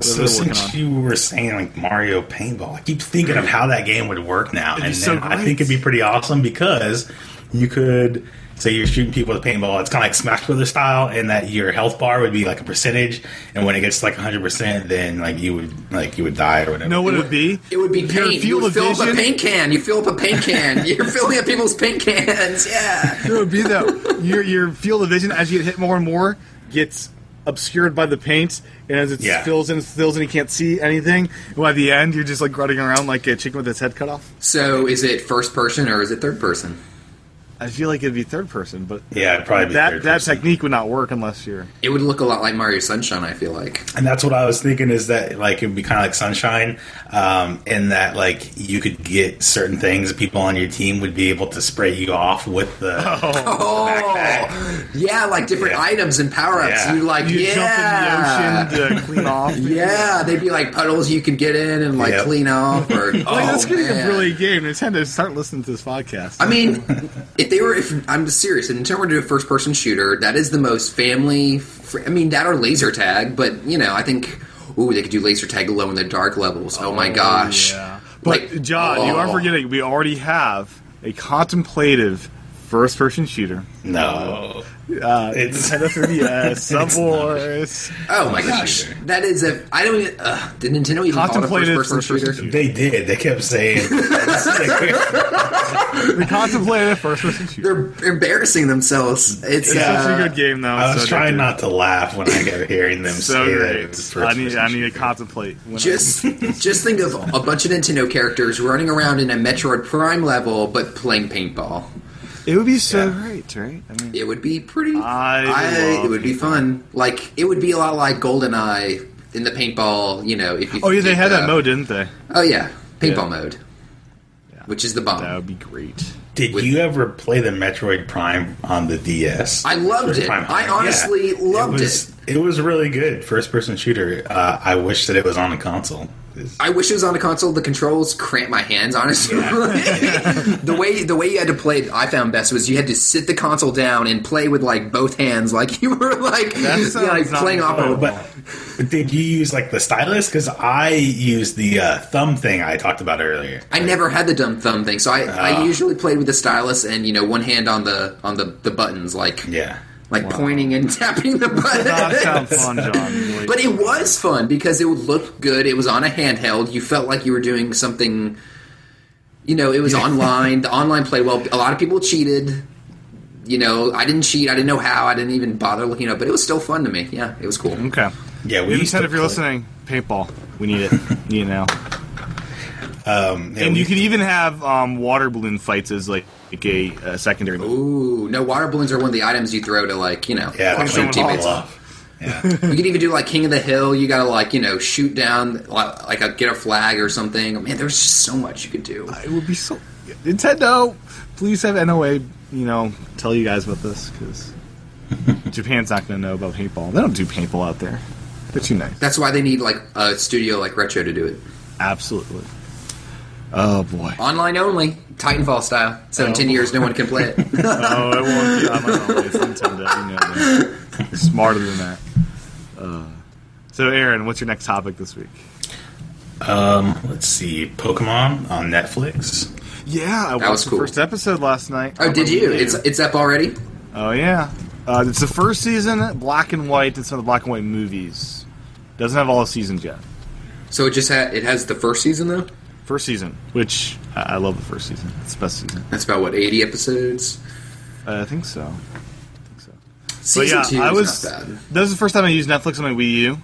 So they're since working you were saying like Mario Paintball, I keep thinking of how that game would work now, It'd be and so then I great. think it'd be pretty awesome because you could So you're shooting people with paintball. It's kind of like Smash Brothers style, in that your health bar would be like a percentage, and when it gets to like 100, percent then like you would like you would die or whatever. No, what would it be? It would be Your paint. You field would of fill up a vision- paint can. You fill up a paint can. You're filling up people's paint cans. Yeah. It would be that your your field of vision as you get hit more and more gets obscured by the paint, and as it Yeah. fills in, fills in, you can't see anything. And by the end, you're just like running around like a chicken with its head cut off. So is it first person or is it third person? I feel like it'd be third person, but yeah, it'd probably be that third that person. technique would not work unless you're. It would look a lot like Mario Sunshine. I feel like. and that's what I was thinking is that like it would be kind of like sunshine, um, in that like you could get certain things. People on your team would be able to spray you off with the. Oh, yeah, like different Yeah. items and power ups. Yeah. You like, You yeah, jump in the ocean to clean off. yeah. They'd be like puddles you can get in and like Yep. clean off. Or oh, Like, that's gonna be man. a really game. Nintendo, start listening to this podcast. I mean, if they were, if I'm serious, if Nintendo were to do a first person shooter, that is the most family. Fr- I mean, that or laser tag, but you know, I think. Ooh, they could do laser tag low in the dark levels. Oh, my gosh! Yeah. But Like, John, you are oh. forgetting we already have a contemplative first person shooter. No, Uh, It's- Nintendo 3DS, Sub Wars. Oh my gosh! shooter. That is a. I don't. Even, uh, did Nintendo even call it a first Contemplated person first-person shooter? shooter. they did. They kept saying. The contemplative first person shooter. They're embarrassing themselves. It's, It's such a uh, good game, though. I was so trying addictive. not to laugh when I kept hearing them So say that. great. it was I first need, person I need to shooter. contemplate. When Just, just think of a bunch of Nintendo characters running around in a Metroid Prime level, but playing paintball. I, it would be so Yeah. great, right? I mean, It would be pretty. I love it would be fun. Like it would be a lot like GoldenEye in the paintball. You know, if you oh yeah, they did had the- that mode, didn't they? Oh yeah, paintball Yeah. mode, which is the bomb. That would be great. Did with- you ever play the Metroid Prime on the DS? I loved First it. Prime I honestly loved was, it. was really good first-person shooter. Uh, I wish that it was on a console. It's- I wish it was on a console. The controls cramp my hands, honestly. the way the way you had to play, it, I found best was you had to sit the console down and play with like both hands, like you were like, you know, That like sounds not playing off enjoyable. of. but, but did you use like the stylus? Because I used the uh, thumb thing I talked about earlier. I never had the dumb thumb thing, so I, I usually played with the stylus and you know one hand on the on the, the buttons, like Yeah, like pointing and tapping the That sounds buttons. fun, John. But it was fun because it would look good. It was on a handheld. You felt like you were doing something. You know, it was online. The online play well. A lot of people cheated. You know, I didn't cheat. I didn't know how. I didn't even bother looking up. But it was still fun to me. Yeah, it was cool. okay. yeah. We You used said to if you're play- listening, paintball. We need it. You know. um, And we you used could even have um, water balloon fights as like, like a uh, secondary. move. Ooh, no, water balloons are one of the items you throw to like you know to- yeah, punch that's your what teammates. people love. Yeah. You could even do like King of the Hill. You gotta like you know shoot down like, like a, get a flag or something. Man, there's just so much you could do. It would be so. Nintendo, please have NOA. You know, tell you guys about this because Japan's not going to know about paintball. They don't do paintball out there. They're too nice. That's why they need like a studio like Retro to do it. Absolutely. Oh boy. Online only, Titanfall style. So in Oh. ten years, no one can play it. Oh, it won't be on my own. It's Nintendo. You know that. They're smarter than that. Uh, so, Aaron, what's your next topic this week? Um, let's see, Pokemon on Netflix. Yeah, I watched was the cool. first episode last night. oh, did you? It's it's up already. Oh yeah, uh, it's the first season, black and white. It's one of the black and white movies. Doesn't have all the seasons yet. So it just ha- it has the first season though. First season, which I, I love the first season. It's the best season. That's about what eighty episodes. Uh, I think so. I think so. But Season yeah, two I is was. not bad. That was the first time I used Netflix on my Wii U,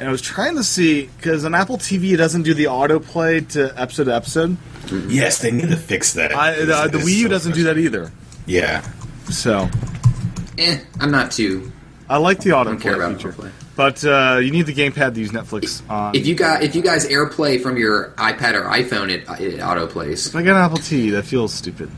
and I was trying to see because on Apple TV it doesn't do the autoplay to episode to episode. Yes, they need to fix that. I, It's- uh, the it's Wii U so doesn't do that either. Yeah. So Eh, I'm not too. I like the I don't care autoplay about feature, autoplay. but uh, you need the gamepad to use Netflix on. If you got if you guys AirPlay from your iPad or iPhone, it it auto plays. if I got an Apple TV, that feels stupid.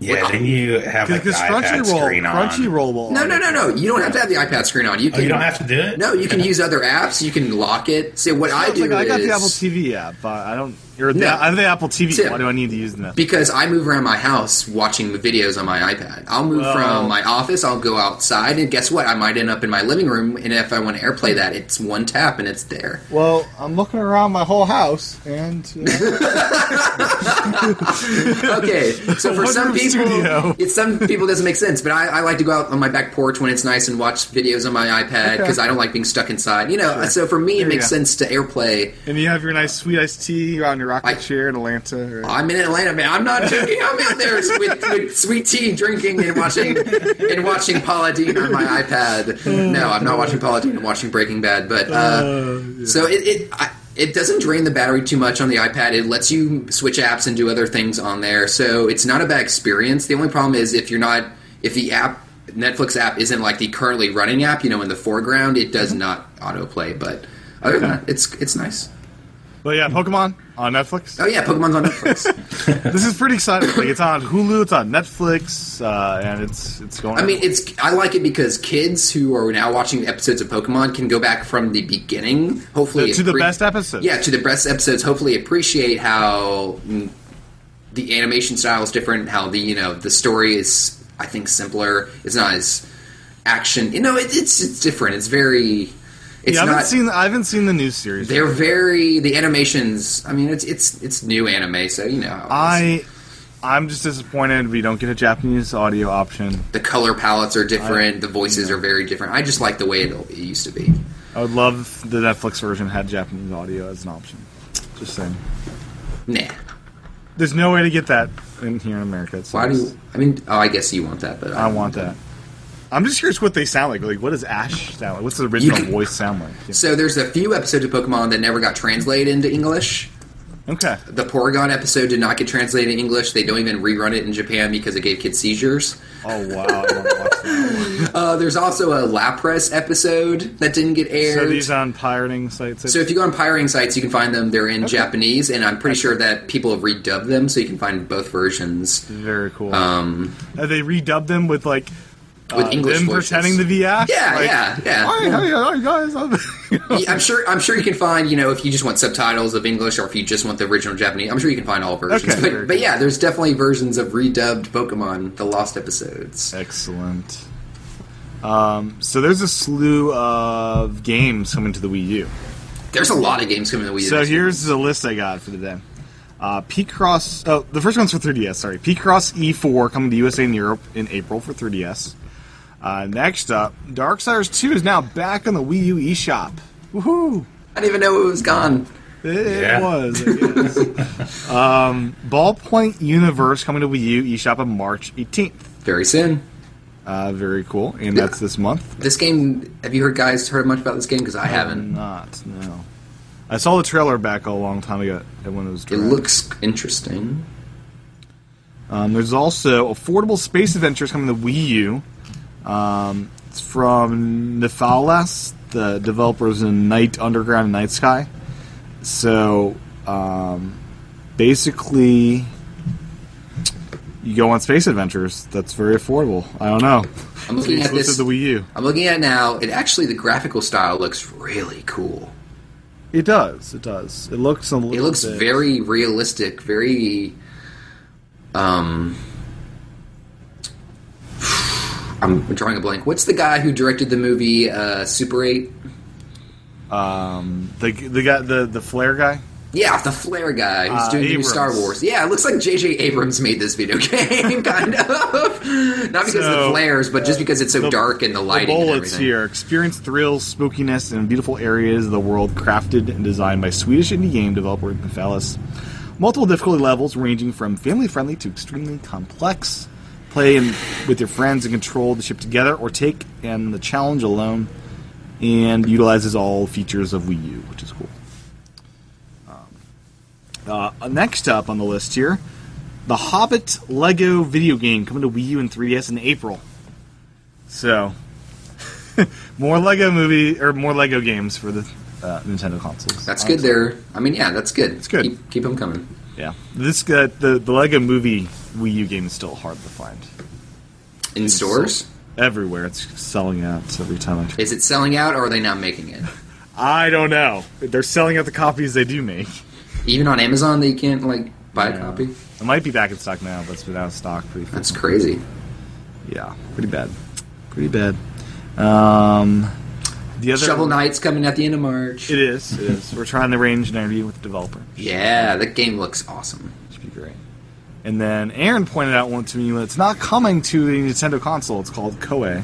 Yeah, then you have like, Because the iPad Crunchyroll, screen on. Crunchyroll will. No, no, no, no. You don't have to have the iPad screen on. You Oh, can. you don't have to do it? No, you can use other apps. You can lock it. See what I It's do like, I got is the Apple TV app, but I don't. You're the, No. I'm the Apple TV. Tim. Why do I need to use the Netflix? Because I move around my house watching the videos on my iPad. I'll move Well- from my office, I'll go outside, and guess what? I might end up in my living room, and if I want to airplay that, it's one tap and it's there. Well, I'm looking around my whole house, and uh, Okay, so for One some room people, studio. it some people doesn't make sense, but I, I like to go out on my back porch when it's nice and watch videos on my iPad because I don't like being stuck inside. You know, so for me, There it you makes go. sense to airplay. and you have your nice sweet iced tea. You're on your rocking I- chair in Atlanta. Right? I'm in Atlanta, man. I'm not joking. I'm out there with, with sweet tea, drinking, and watching and watching Paula Dean on my iPad. No, I'm not watching Paula Dean. I'm watching Breaking Bad. But uh, so it it, I, it doesn't drain the battery too much on the iPad. It lets you switch apps and do other things on there. So it's not a bad experience. The only problem is if you're not if the app Netflix app isn't like the currently running app, you know, in the foreground, it does not autoplay. But other than that, it's it's nice. But yeah, Pokemon on Netflix. Oh yeah, Pokemon's on Netflix. This is pretty exciting. Like, it's on Hulu. It's on Netflix, uh, and it's it's going. I mean, it's I like it because kids who are now watching episodes of Pokemon can go back from the beginning, hopefully To the appre- best episodes. Yeah, to the best episodes. Hopefully, appreciate how mm, the animation style is different. How the you know the story is, I think, simpler. It's not as action. You know, it, it's it's different. It's very. It's yeah, I haven't not, seen I haven't seen the new series. They're very the animations. I mean, it's it's it's new anime, so you know. how it is. I I'm just disappointed we don't get a Japanese audio option. the color palettes are different. the voices are very different. I just like the way it, it used to be. I would love if the Netflix version had Japanese audio as an option. Just saying. Nah. There's no way to get that in here in America. It's Why do you, I mean? Oh, I guess you want that, but I want that. I'm just curious what they sound like. Like, what does Ash sound like? What's the original can- voice sound like? Yeah. So there's a few episodes of Pokemon that never got translated into English. Okay. The Porygon episode did not get translated in English. They don't even rerun it in Japan because it gave kids seizures. Oh wow. I wanna watch that. Uh, there's also a Lapras episode that didn't get aired. so these uh, on pirating sites. So if you go on pirating sites, you can find them. They're in Japanese, and I'm pretty sure that people have redubbed them, so you can find both versions. very cool. Um, Uh, they redubbed them with like With uh, English them voices. pretending to be Ash. Yeah, like, yeah, yeah. Hi, hi, hi, guys. I'm- Yeah, I'm sure. I'm sure you can find. You know, if you just want subtitles of English, or if you just want the original Japanese, I'm sure you can find all versions. Okay, very but, but good. yeah, there's definitely versions of redubbed Pokemon the lost episodes. Excellent. Um, so there's a slew of games coming to the Wii U. There's a lot of games coming to the Wii. So this here's the list I got for the day. Uh, P-Cross, oh, the first one's for 3DS, sorry. P-Cross E4 coming to USA and Europe in April for 3DS. Uh, next up, Darksiders 2 is now back on the Wii U eShop. Woohoo! year. I didn't even know it was gone. It Yeah. was, I guess. um, Ballpoint Universe coming to Wii U eShop on March 18th. Very soon. Uh, very cool, and that's this month. This game. Have you heard guys heard much about this game? Because I haven't. Not no. I saw the trailer back a long time ago and when it was. It Direct. looks interesting. Um, there's also affordable space adventures coming to Wii U. Um, it's from Nephalas, the developers in Night Underground and Night Sky. So um, basically, you go on space adventures. That's very affordable. I don't know. I'm looking at Exclusive this. to Wii U. I'm looking at it now. It actually the graphical style looks really cool. It does. It does. It looks a little. It looks bit- very realistic, very. Um, I'm drawing a blank. What's the guy who directed the movie uh, Super 8? Um, the the guy the the flare guy. Yeah, the flare guy who's Uh, doing the new Star Abrams. Wars. Yeah, it looks like J.J. Abrams made this video game, kind of. Not because of So, uh, the flares, but just because it's so the- dark and the lighting The and bullets everything. here experience thrills, spookiness, and beautiful areas of the world crafted and designed by Swedish indie game developer Mifalis. Multiple difficulty levels ranging from family friendly to extremely complex. Play in, with your friends and control the ship together, or take and the challenge alone, and utilizes all features of Wii U, which is cool. Um, uh, next up on the list here, the Hobbit Lego video game coming to Wii U and 3DS in April. So, more Lego movie or more Lego games for the uh, Nintendo consoles. That's good there. I mean, yeah, that's good. It's good. Keep, keep them coming. Yeah, this uh, the the Lego movie Wii U game is still hard to find In stores? everywhere. It's selling out every time. I, Is it selling out or are they not making it? I don't know. They're selling out the copies they do make. Even on Amazon, they can't like buy a Yeah. copy. It might be back in stock now, but it's been out of stock pretty fast. That's crazy. Yeah, pretty bad. Pretty bad. Um, the other Shovel Knight's coming at the end of March. It is. It is. We're trying to arrange an interview with the developer. Yeah, that game looks awesome. Should be great. And then Aaron pointed out one to me that's not coming to the Nintendo console. It's called Koei.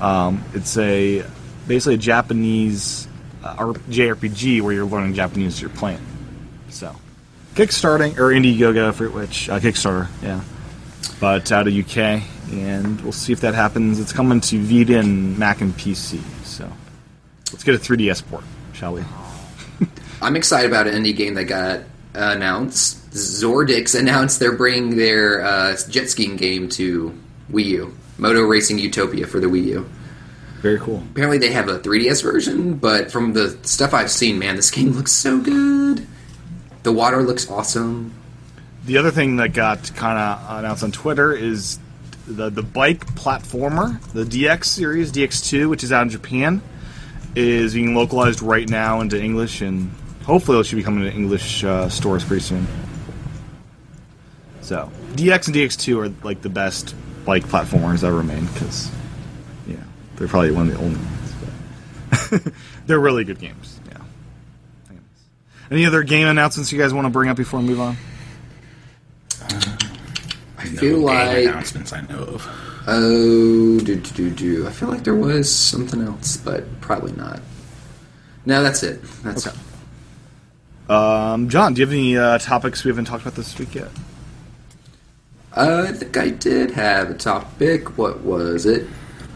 Um, it's a basically a Japanese uh, R- JRPG where you're learning Japanese as you're playing. So, kickstarting or Indiegogo for which uh, Kickstarter, yeah. But it's out of UK, and we'll see if that happens. It's coming to Vita and Mac and PC. So, let's get a 3DS port, shall we? I'm excited about an indie game that got uh, announced. Zordix announced they're bringing their uh, jet skiing game to Wii U, Moto Racing Utopia for the Wii U. Very cool. Apparently, they have a 3DS version, but from the stuff I've seen, man, this game looks so good. The water looks awesome. The other thing that got kind of announced on Twitter is the the bike platformer, the DX series, DX2, which is out in Japan, is being localized right now into English, and hopefully it should be coming to English uh, stores pretty soon. So DX and DX2 are like the best bike platformers ever made because yeah, they're probably one of the only ones. But they're really good games. Yeah. Any other game announcements you guys want to bring up before we move on? I No feel game like announcements I know of. oh, do do do do. I feel like there was something else, but probably not. No, that's it. That's Okay. Um, John, do you have any uh, topics we haven't talked about this week yet? Uh, I think I did have a topic. What was it?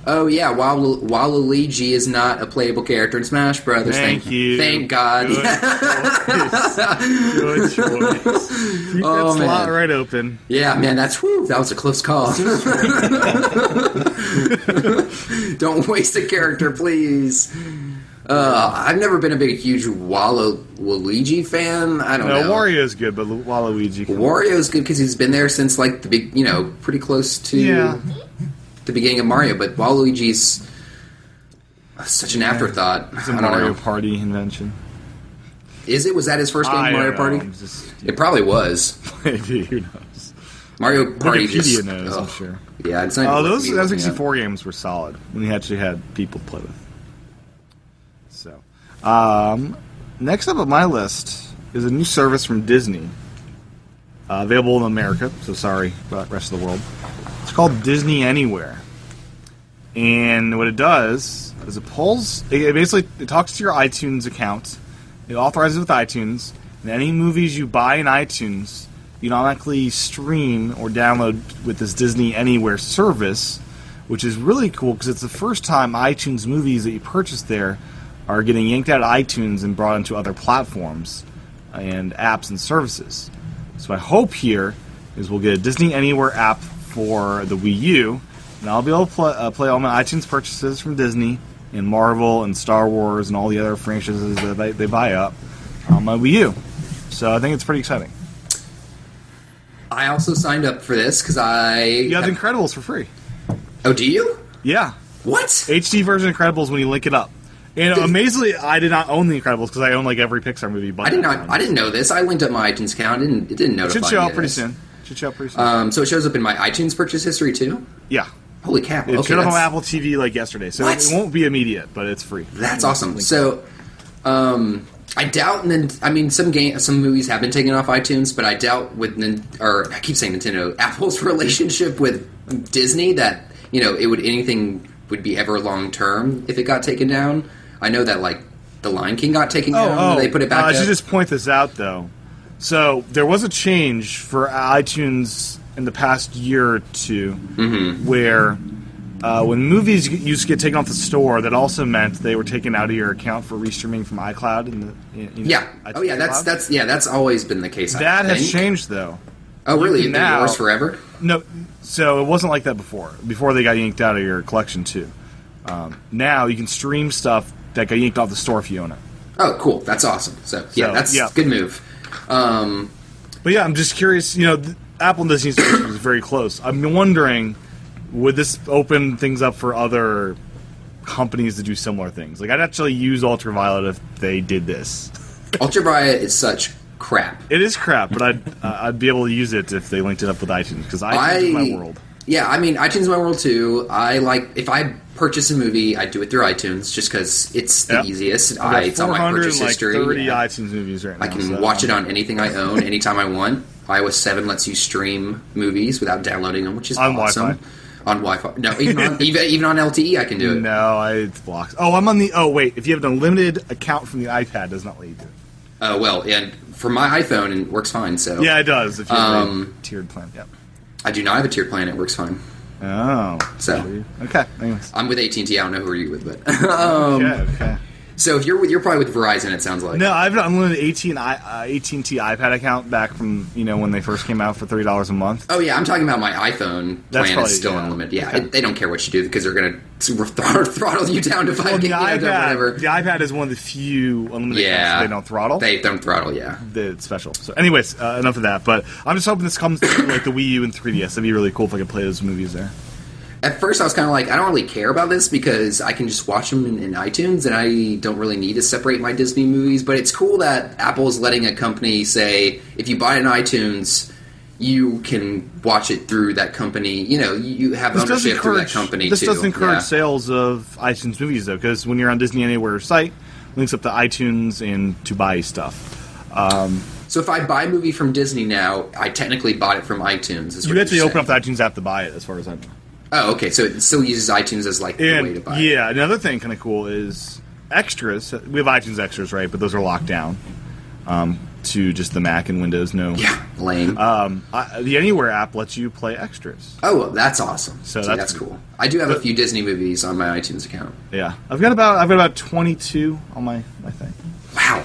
Oh yeah, while Waluigi is not a playable character in Smash Brothers. Thank you. Thank God. Good choice. Good choice. Keep Oh, that slot man. right open. yeah, man, that's whew, that was a close call. Don't waste a character, please. Uh, I've never been a big, huge Wallo- Waluigi fan. I don't No, know. Wario's good, but Lu- Waluigi. can- Wario's good because he's been there since like the big, you know, pretty close to Yeah. the beginning of Mario. But Waluigi's such an afterthought. It's a I don't Mario know. Party invention. Is it? Was that his first game, I don't Mario know, Party? I'm just- It probably was. maybe who knows? Mario Party. Wikipedia Just, knows, ugh. I'm sure. Yeah, it's not. Oh, even worth those me looking up. N64 games were solid when you actually had people to play with. So, um, next up on my list is a new service from Disney, uh, available in America. So sorry about the rest of the world. It's called Disney Anywhere, and what it does is it pulls. It it basically it talks to your iTunes account. It authorizes with iTunes, and any movies you buy in iTunes, you can automatically stream or download with this Disney Anywhere service, which is really cool because it's the first time iTunes movies that you purchase there are getting yanked out of iTunes and brought into other platforms and apps and services. So my hope here is we'll get a Disney Anywhere app for the Wii U, and I'll be able to pl- uh, play all my iTunes purchases from Disney and Marvel and Star Wars and all the other franchises that they, they buy up on my Wii U. So I think it's pretty exciting. I also signed up for this because I. You have have- Incredibles for free. oh, do you? Yeah, What? HD version of Incredibles when you link it up. And amazingly, I did not own the Incredibles because I own like every Pixar movie. But I did that not. I one. didn't know this. I linked up my iTunes account. It didn't it didn't It notify should show me up of pretty this. soon. Should show up pretty soon. Um, so it shows up in my iTunes purchase history too. yeah, Holy cow! it okay, showed up on that's- Apple TV like yesterday, so What? it won't be immediate, but it's free. That's awesome. So, um, I doubt, and then I mean, some game, some movies have been taken off iTunes, but I doubt with, Nin- or I keep saying Nintendo, Apple's relationship with Disney that you know it would anything would be ever long term if it got taken down. I know that like the Lion King got taken down, and they put it back. Oh, uh, I should up. just point this out, though. So there was a change for iTunes in the past year or 2 Mm-hmm. where uh, when movies g- used to get taken off the store, that also meant they were taken out of your account for restreaming from iCloud. And the, you know, yeah. iTunes Oh yeah, that's Cloud. that's yeah, that's always been the case. I that has think. changed though. Oh really? can They're now- yours forever. No, so it wasn't like that before. Before they got yanked out of your collection too. Um, now you can stream stuff that got yanked off the store if you own it. Oh cool, that's awesome. So yeah, So, that's yeah. good move. Um, But yeah, I'm just curious. You know, th- Apple and Disney's relationship is very close. I'm wondering, would this open things up for other companies to do similar things? Like, I'd actually use Ultraviolet if they did this. Ultraviolet is such crap. It is crap, but I'd uh, I'd be able to use it if they linked it up with iTunes because iTunes I is my world. Yeah, I mean, iTunes is my world too. I like if I purchase a movie, I do it through iTunes just because it's the Yeah. easiest. I've got I, it's on my 400 purchase and, like, history. 30 Yeah. iTunes movies right now. I can so- watch it on anything I own anytime I want. iOS 7 lets you stream movies without downloading them, which is On awesome. Wi-Fi. On Wi-Fi, no, even on, even, even on LTE, I can do it. No, I, it's blocked. Oh, I'm on the. Oh, wait. If you have an unlimited account from the iPad, it does not let you do it. Uh, well, and for my iPhone, it works fine. So Yeah, it does. If you have Um, a tiered plan. Yep. I do not have a tiered plan. It works fine. Oh. So- Okay. Anyways. I'm with AT and I don't know who are you with, but um, yeah. Okay. so if you're with, you're probably with Verizon. It sounds like. No, I have an unlimited 18 I, uh, AT&T iPad account back from you know when they first came out for thirty dollars a month. Oh yeah, I'm talking about my iPhone That's plan probably- is still yeah. unlimited. Yeah, Okay. it- they don't care what you do because they're gonna thr- throttle you down to Well, five the gig, you know, iPad, to whatever. the iPad is one of the few unlimited accounts Yeah, that they don't throttle. They don't throttle. Yeah, That's special. So, anyways, uh, enough of that. But I'm just hoping this comes to like the Wii U and 3DS. That'd be really cool if I could play those movies there. at first I was kind of like, I don't really care about this because I can just watch them in, in iTunes, and I don't really need to separate my Disney movies. But it's cool that Apple's letting a company say, if you buy an iTunes, you can watch it through that company. You know, you you have This does ownership through that encourage. company. This too. does encourage Yeah. sales of iTunes movies though, because when you're on Disney Anywhere site, links up to iTunes and to buy stuff. So if I buy a movie from Disney now, I technically bought it from iTunes. Is You what have to you're open saying. up the iTunes app to buy it, as far as I know. Oh, okay. So it still uses iTunes as like the way to And buy. it. yeah, another thing kind of cool is extras. We have iTunes extras, right? But those are locked down um, to just the Mac and Windows. No, Yeah. Lame. um, I, the Anywhere app lets you play extras. oh, well, that's awesome. So See, that's- that's, cool. I do have a few Disney movies on my iTunes account. Yeah, I've got about I've got about twenty two on my my thing. Wow,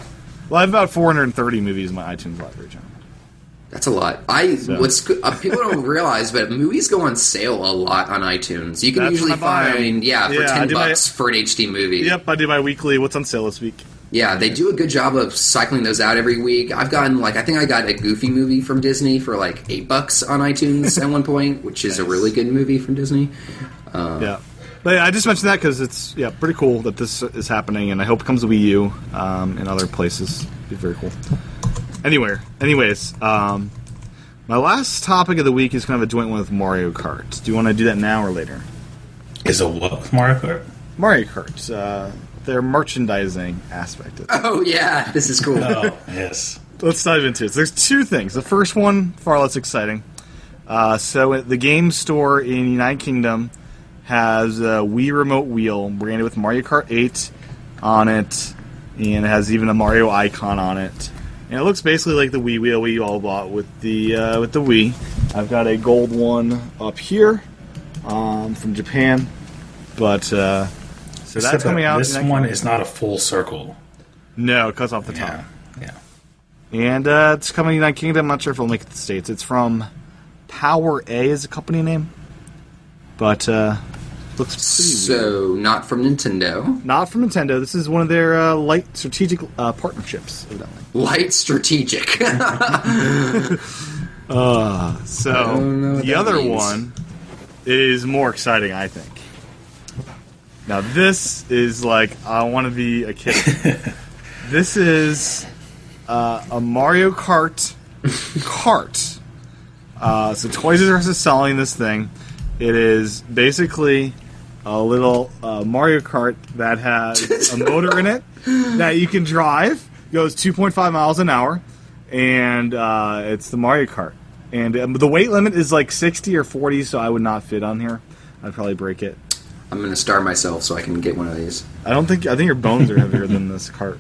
Well, I have about four hundred and thirty movies in my iTunes library. John. that's a lot. I what's go- uh, people don't realize, but movies go on sale a lot on iTunes. You can That's usually when I buy 'em. find yeah for Yeah, I ten do my- bucks for an HD movie. Yep, I do my weekly. What's on sale this week? Yeah, they do a good job of cycling those out every week. I've gotten like I think I got a Goofy movie from Disney for like eight bucks on iTunes at one point, which is a really good movie from Disney. yeah. But yeah, I just mentioned that because it's yeah pretty cool that this is happening, and I hope it comes to Wii U um, and other places. It'd be very cool. Anywhere, anyways, um, my last topic of the week is kind of a joint one with Mario Kart. Do you want to do that now or later? Is a what with Mario Kart? Mario Kart, uh, their merchandising aspect. Of it. Oh yeah, this is cool. Oh yes. Let's dive into it. So there's two things. The first one, far less exciting. Uh, so at the game store in the United Kingdom has a Wii remote wheel branded with Mario Kart 8 on it, and it has even a Mario icon on it. And it looks basically like the Wii wheel we all bought with the uh, with the Wii. I've got a gold one up here um, from Japan, but uh, so Except that's coming that out. This in the one next- is not a full circle. no, it cuts off the top. Yeah. Yeah. And uh, it's coming to the United Kingdom. I'm not sure if it'll make it to the States. It's from Power A is the company name. But uh, looks pretty weird. So not from Nintendo. Not from Nintendo. This is one of their uh, light strategic uh, partnerships, evidently. Light strategic. don't know So what the that other means. one is more exciting, I think. Now this is like I want to be a kid. this is uh, a Mario Kart cart. Uh, so Toys R Us is selling this thing. It is basically a little uh, Mario Kart that has a motor in it that you can drive. Goes 2.5 miles an hour, and uh, it's the Mario Kart. And um, the weight limit is like 60 or 40, so I would not fit on here. I'd probably break it. I'm gonna star myself so I can get one of these. I don't think. I think your bones are heavier than this cart.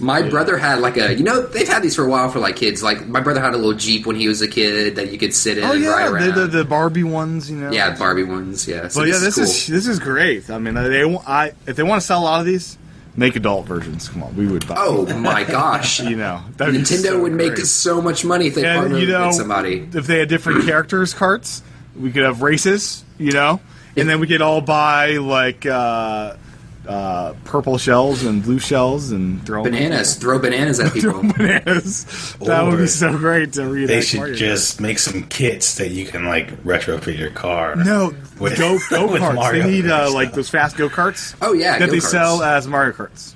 My brother had like a you know they've had these for a while for like kids. Like my brother had a little Jeep when he was a kid that you could sit in Oh and yeah, ride around. the, the, the Barbie ones, you know. yeah, Barbie ones. Yeah. So But yeah, this cool. is this is great. I mean, they I if they want to sell a lot of these, make adult versions. Come on, we would buy. Oh my gosh. you know, that'd be Nintendo so would make great. so much money if they and partnered you know with somebody. if they had different characters carts, we could have races, you know, and then we could all buy like uh, uh, purple shells and blue shells and throw 'em- Bananas, throw bananas at people. bananas. That would be Or so great to read. They that should Mario. just make some kits that you can like retrofit your car. no With- go go with karts. They Mario need Kart uh, stuff. like those fast go karts. Oh, yeah, that they go-karts. sell as Mario karts.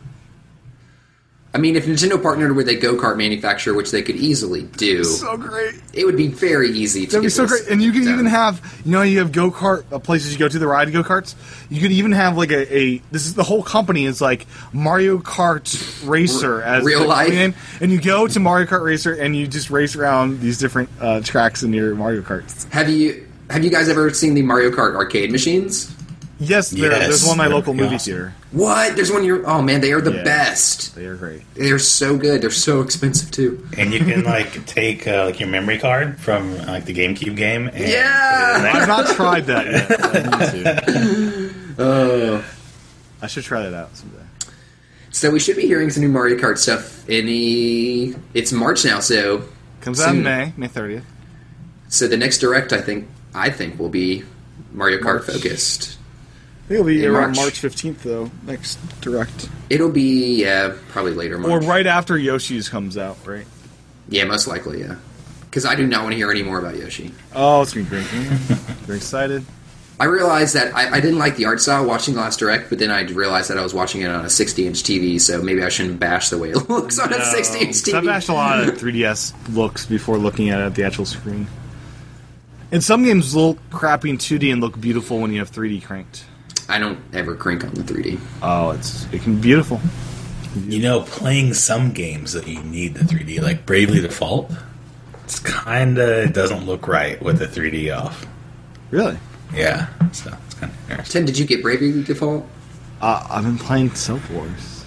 I mean, if Nintendo partnered with a go kart manufacturer, which they could easily do, So great. it would be very easy. To That'd be get so this great. And you could done. even have, you know, you have go kart uh, places you go to the ride go karts. You could even have like a, a this is the whole company is like Mario Kart Racer as real the life? name. and you go to Mario Kart Racer and you just race around these different uh, tracks in your Mario Kart. Have you have you guys ever seen the Mario Kart arcade machines? Yes, there, Yes, there's one in my that'd local be movie awesome. theater. What? There's one. You're oh man, they are the Yeah. best. They are great. They're so good. They're so expensive too. And you can like take uh, like your memory card from like the GameCube game. And put it in Yeah! there. I've not tried that yet. but I need to. Uh, Oh. I should try that out someday. So we should be hearing some new Mario Kart stuff. Any? It's March now, so Comes out in Soon. May, May 30th. so the next direct I think I think will be Mario Kart focused. I think it'll be In around March March. 15th, though, next direct. It'll be yeah, probably later March. Or right after Yoshi's comes out, right? Yeah, most likely. Yeah, because I do not want to hear any more about Yoshi. Oh, it's gonna be great. Very excited. I realized that I, I didn't like the art style watching the last direct, but then I realized that I was watching it on a 60 inch TV, so maybe I shouldn't bash the way it looks on a 60 inch Um, So I've TV. bashed a lot of 3DS looks before looking at it at the actual screen. And some games look crappy in 2D and look beautiful when you have 3D cranked. I don't ever crink on the 3D. Oh, it's it can be beautiful. You know, playing some games that you need the 3D, like Bravely Default, it's kind of it doesn't look right with the 3D off. Really? Yeah, so it's kind of interesting. Tim, did you get Bravely Default? Uh, I've been playing Soap Wars.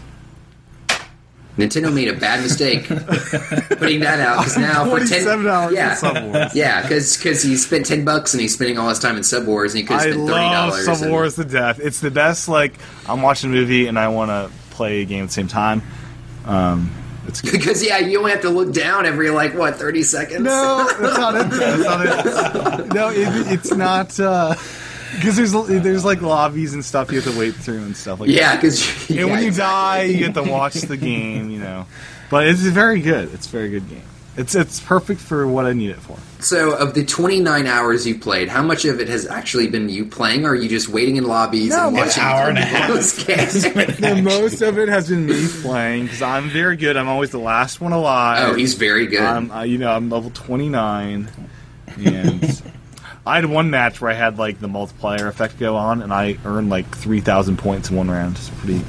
Nintendo made a bad mistake putting that out because now for ten Forty-seven hours yeah, in Sub Wars. yeah, because he spent ten bucks and he's spending all his time in Sub Wars and he could I have spent thirty love dollars. Sub Wars to death. It's the best. Like I'm watching a movie and I want to play a game at the same time. Um, it's good. Because yeah, you only have to look down every like what thirty seconds. No, that's not it. That's not it. No, it, it's not. uh 'cause because there's there's like lobbies and stuff you have to wait through and stuff like yeah, because That. And when you die, you get to watch the game, you know. But it's very good. It's a very good game. It's it's perfect for what I need it for. So, of the 29 hours you played, how much of it has actually been you playing, or are you just waiting in lobbies No, and an watching hour and a people's games? The most of it has been me playing because I'm very good. I'm always the last one alive. oh, he's very good. I'm, I, you know, I'm level 29, and I had one match where I had like the multiplier effect go on, and I earned like 3,000 points in one round. It's pretty.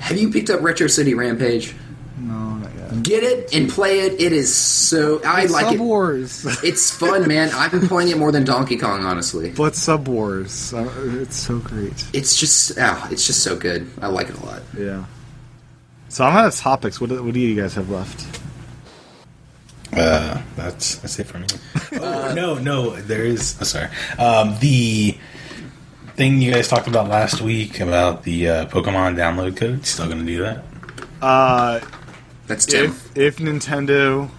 Have you picked up Retro City Rampage? no, not yet. Get it and play it. It is so. I like Sub it. Wars. It's fun, man. I've been playing it more than Donkey Kong, honestly. but Sub Wars, Uh, it's so great. It's just, oh, it's just so good. I like it a lot. Yeah. So I'm out of topics. What, do- what do you guys have left? Uh, that's that's it for me. Oh, no, no, there is. Oh, sorry, um, the thing you guys talked about last week about the uh, Pokemon download code. Still going to do that? Uh, That's Tim. if if Nintendo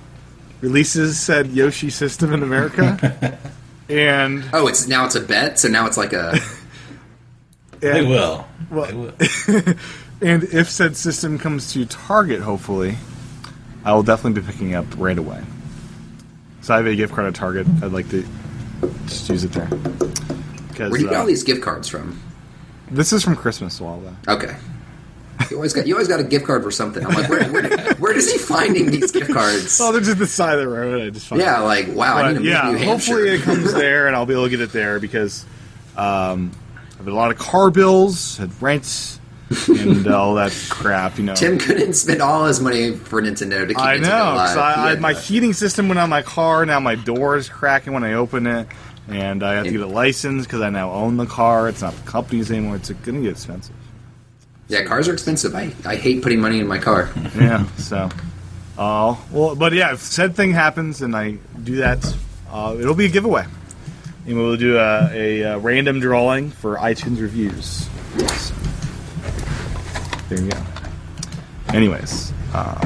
releases said Yoshi system in America, and, oh, it's now it's a bet. So now it's like a. They and will. Well- they will. And if said system comes to Target, hopefully, I will definitely be picking up right away. So I have a gift card at Target. I'd like to just use it there. Because Where do you get uh, all these gift cards from? this is from Christmas Walla. Okay. You always got you always got a gift card for something. I'm like, where, where, where is he finding these gift cards? Oh, they're just the side of the road. I just found Yeah, like wow, But, I need to move yeah, New Hampshire. hopefully it comes there, and I'll be able to get it there because um, I've had a lot of car bills, had rents, and all that crap. You know, Tim couldn't spend all his money for Nintendo to keep I Nintendo know. 'cause alive. I, I, Yeah. my heating system went on my car. Now my door is cracking when I open it, and I have to get a license because I now own the car. It's not the company's anymore. It's going to get expensive. yeah, cars are expensive. I, I hate putting money in my car. Yeah. So, uh, well, but yeah, if said thing happens and I do that, uh, it'll be a giveaway, and we'll do a, a, uh random drawing for iTunes reviews. So, there you go. Anyways, um,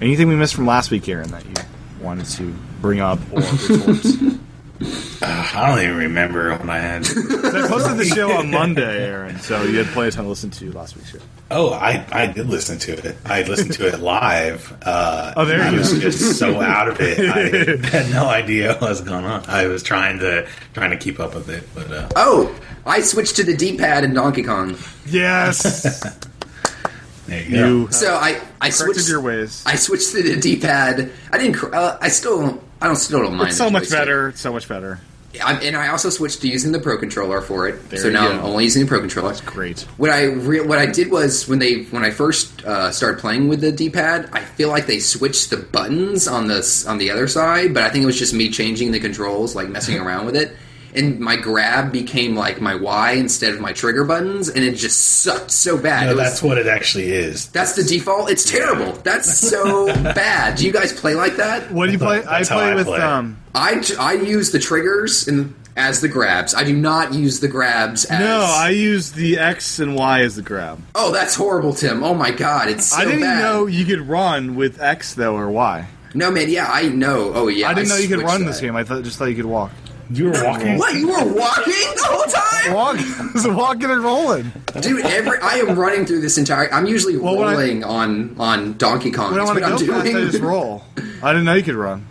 anything we missed from last week, Aaron, that you wanted to bring up or retort? 'Cause I don't even remember when I had. I posted the show on Monday, Aaron, so you had plenty of time to listen to last week's show. Oh, I, I did listen to it. I listened to it live. Uh, Oh, there I you was go. just so out of it. I had no idea what was going on. I was trying to trying to keep up with it, but uh, Oh, I switched to the D pad in Donkey Kong. Yes. There you go. You uh, So I I corrected switched your ways. I switched to the D pad. I didn't. cr- Uh, I still don't. I don't still don't mind. it's so the much joystick. better. It's so much better. I'm, and I also switched to using the Pro Controller for it. There so you now go. I'm only using the Pro Controller. Great. What I re- what I did was when they when I first uh, started playing with the D pad, I feel like they switched the buttons on the s- on the other side, but I think it was just me changing the controls, like messing around with it. And my grab became like my Y instead of my trigger buttons, and it just sucked so bad. No, It was- that's what it actually is. that's the default. It's terrible. That's so bad. Do you guys play like that? What do you play? I That's how play I with play. um. I, I use the triggers and as the grabs. I do not use the grabs as No, I use the X and Y as the grab. Oh, that's horrible, Tim. Oh my god, it's so I didn't bad. know you could run with X though or Y. No, man, yeah, I know. Oh yeah. I didn't know you could switched run that. this game. I thought just thought you could walk. You were walking. What? You were walking the whole time? Walk, just walking and rolling. Dude, every I am running through this entire I'm usually Well, when I- rolling on on Donkey Kong. When I That's want to what go I'm fast, doing. I just roll. I didn't know you could run.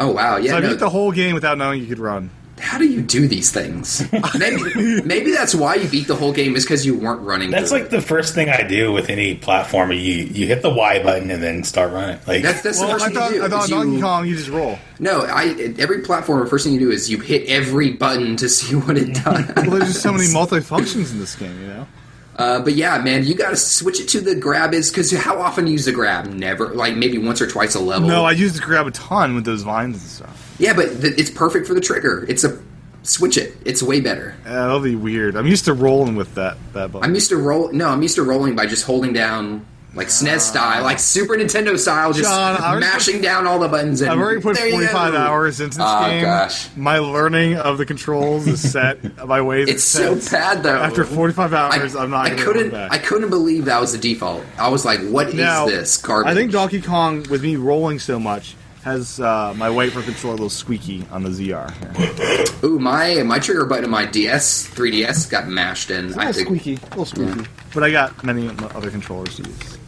Oh wow, yeah. So I no, beat the whole game without knowing you could run. How do you do these things? Maybe maybe that's why you beat the whole game is because you weren't running. That's through like it. the first thing I do with any platform. You you hit the Y button and then start running. Like that's that's the Well, first I thing thought, you do. I thought is Donkey you- Kong, you just roll. No, I every platform. First thing you do is you hit every button to see what it does. Well, there's just so many multifunctions in this game, you know. Uh, but yeah, man, you got to switch it to the grab is because how often you use the grab? Never, like maybe once or twice a level. No, I used to grab a ton with those vines and stuff. yeah, but th- it's perfect for the trigger. It's a switch it. It's way better. Uh, that'll be weird. I'm used to rolling with that that I'm button. used to roll. No, I'm used to rolling by just holding down. Like SNES style, like Super Nintendo style, just Uh, John, I already mashing down all the buttons. And I've already put there you 45 go. hours into this Ah, game. gosh. My learning of the controls is set. My ways. It's are so set. bad though. After 45 hours, I, am not. I gonna couldn't. go back. I couldn't believe that was the default. I was like, "What is Now, this garbage?" I think Donkey Kong, with me rolling so much, has uh, my weight for control a little squeaky on the ZR. Ooh, my my trigger button on my DS, 3DS got mashed in. I think. a little squeaky. But I got many m- other controllers to use.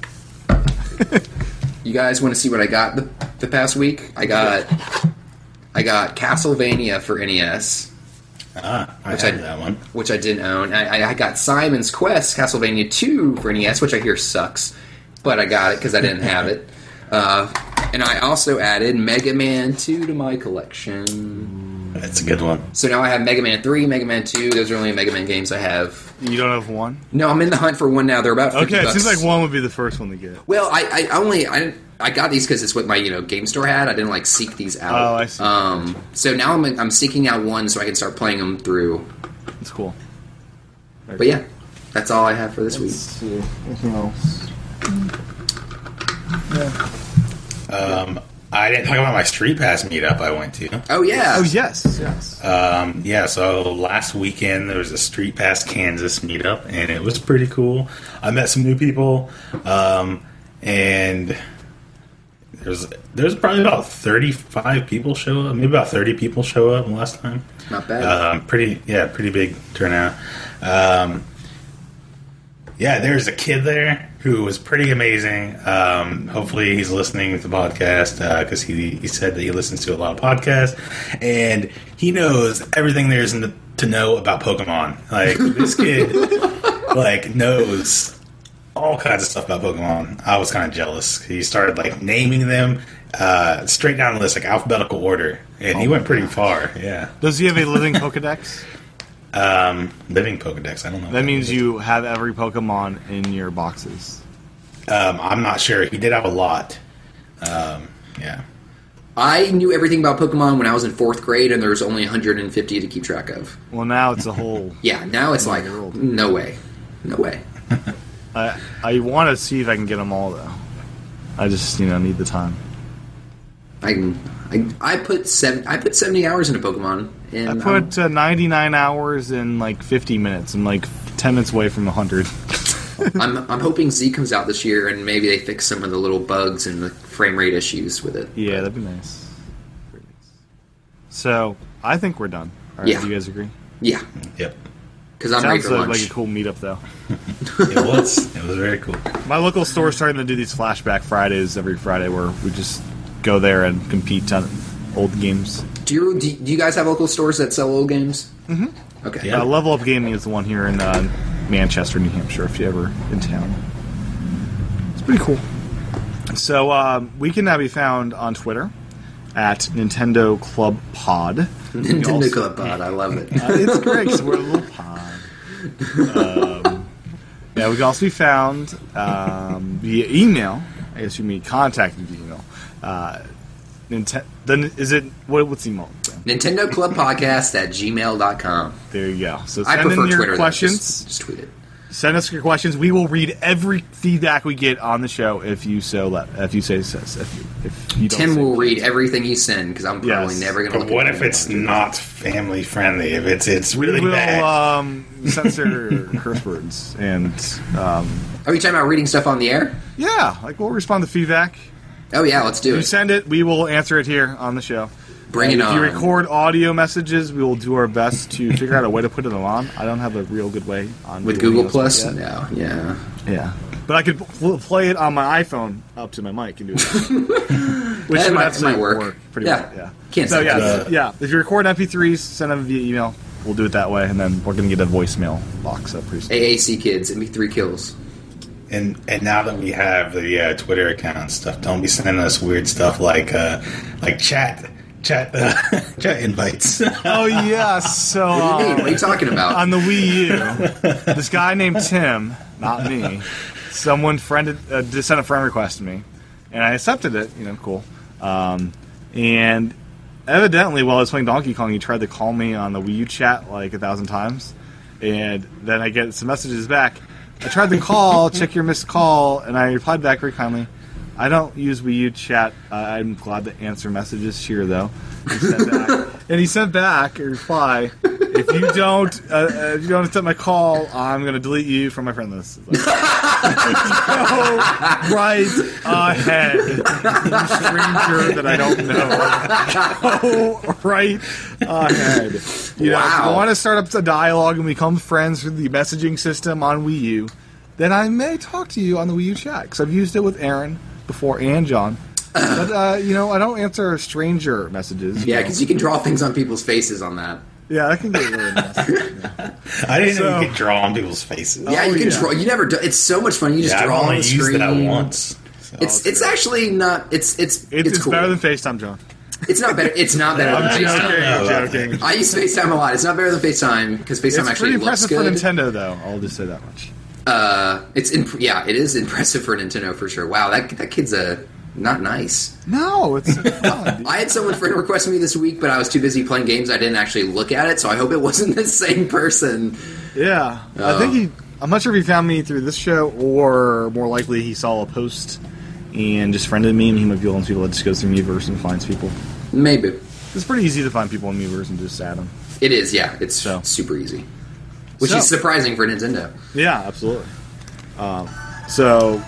You guys want to see what I got the, the past week? I got I got Castlevania for NES, ah, I Which had I- that one. which I didn't own. I, I- I got Simon's Quest Castlevania 2 for NES, which I hear sucks, but I got it because I didn't have it. Uh, and I also added Mega Man 2 to my collection. That's a good one. So now I have Mega Man 3, Mega Man 2. Those are only Mega Man games I have. You don't have one? No, I'm in the hunt for one now. They're about 50 Okay, it seems bucks. like one would be the first one to get. Well, I, I only I didn't- I got these because it's what my you know game store had. I didn't like seek these out. Oh, I see. Um, so now I'm I'm seeking out one so I can start playing them through. It's cool. But yeah, that's all I have for this week. see. Anything else? Um, I didn't talk about my Street Pass meetup I went to. Oh yeah, Oh, yes, yes. Um, yeah, so last weekend there was a Street Pass Kansas meetup, and it was pretty cool. I met some new people, um, and there's there's probably about thirty five people show up, maybe about thirty people show up last time. not bad. Um, pretty, yeah, pretty big turnout. Um, yeah, there's a kid there who was pretty amazing. Um, hopefully, he's listening to the podcast because he, he said that he listens to a lot of podcasts and he knows everything there is in the, to know about Pokemon. Like this kid, like knows all kinds of stuff about Pokemon. I was kind of jealous. He started like naming them uh, straight down the list, like alphabetical order, and he went pretty far. Yeah. Does he have a living Pokedex? Um, living Pokedex. I don't know. That means you have every Pokemon in your boxes. Um, I'm not sure. He did have a lot. Um, yeah. I knew everything about Pokemon when I was in fourth grade, and there was only 150 to keep track of. Well, now it's a whole. Yeah, now it's like you're old. no way, no way. I, I want to see if I can get them all, though. I just, you know, need the time. I can. I, I put seven. I put 70 hours into Pokemon, and um, I I'm- put uh, 99 hours in like 50 minutes. I'm like 10 minutes away from 100. I'm, I'm hoping Z comes out this year and maybe they fix some of the little bugs and the frame rate issues with it. Yeah, that'd be nice. So I think we're done. All right, Yeah. Do you guys agree? Yeah, Yep. because I'm ready Sounds for like, lunch. like a cool meetup, though. It was. it was very cool. My local store is starting to do these flashback Fridays every Friday, where we just go there and compete on old games. do, you, do, do you guys have local stores that sell old games? Mm-hmm. Okay. Yeah. Uh, Level Up Gaming is the one here in uh, Manchester, New Hampshire. If you're ever in town, Pretty cool. So um, we can now be found on Twitter at Nintendo Club Pod. Nintendo Club Pod. I love it. Uh, it's great 'cause we're a little pod. Um, yeah, we can also be found um, via email. I guess you mean contacted via email. Uh, Ninte- then is it what, what's email? Nintendo Club Podcast at gmail.com. There you go. So I send prefer in your Twitter. though. questions. Just, just tweet it. send us your questions. We will read every feedback we get on the show if you so let if you say says if you if you don't Tim say will please. read everything you send because I'm probably Yes. never going to But look what at if it. it's not family friendly? If it's it's We really bad. will uh, um, censor curse words and um, Are you talking about reading stuff on the air? yeah, like we'll respond to feedback. Oh, yeah, let's do You it. send it, we will answer it here on the show. Bring And it if on. you record audio messages, we will do our best to figure out a way to put it on. I don't have a real good way on With doing Google this Plus? yet. No, yeah. Yeah, but I could pl- play it on my iPhone up to my mic and do it. Which That would might- absolutely might work. pretty Yeah. well. Yeah, Can't so say yeah, that. so- yeah. If you record MP3s, send them via email. We'll do it that way, and then we're gonna get a voicemail box up pretty soon. AAC kids, it'd be three kills. And and now that we have the uh, Twitter account and stuff, don't be sending us weird stuff like uh, like chat chat uh, chat invites. Oh yeah, so What do you mean? What are uh, you talking about? on the Wii U, this guy named Tim, not me, someone friended uh, did send a friend request to me, and I accepted it. You know, cool. Um, and evidently, while I was playing Donkey Kong, he tried to call me on the Wii U chat like a thousand times, and then I get some messages back. I tried to call, check your missed call, and I replied back very kindly. I don't use Wii U chat. Uh, I'm glad to answer messages here, though. He sent back, and he sent back a reply: "If you don't, uh, uh, if you don't accept my call, I'm going to delete you from my friend list." It's like, Go right ahead, you stranger that I don't know. Go right ahead. You know, if you Wow. want to start up a dialogue and become friends through the messaging system on Wii U, then I may talk to you on the Wii U chat because I've used it with Aaron before and John. But uh, you know, I don't answer stranger messages. yeah, because you can draw things on people's faces on that. yeah, that can get really messy. I didn't know So- you could draw on people's faces. Yeah, you can yeah. draw. You never. Do, it's so much fun. You just Yeah, I've draw on only the used screen. that once. So. It's it's actually not. It's it's It's, it's, it's cool. better than FaceTime, John. it's not better. It's not better. I'm than joking. FaceTime. I'm joking. I use FaceTime a lot. It's not better than FaceTime because FaceTime It's actually pretty looks impressive for good. Nintendo, though. I'll just say that much. Uh, it's imp- yeah, it is impressive for Nintendo for sure. Wow, that that kid's a not nice. No, it's fun. dude. I had someone friend request me this week, but I was too busy playing games. I didn't actually look at it, so I hope it wasn't the same person. yeah. I Oh. think he. I'm not sure if he found me through this show or more likely he saw a post and just friended me. And he might be one of those people that just goes through Miiverse and finds people. Maybe It's pretty easy to find people in Miiverse and just add them. it is. Yeah, it's So. super easy, which So. is surprising for Nintendo. Yeah, absolutely. Um, so,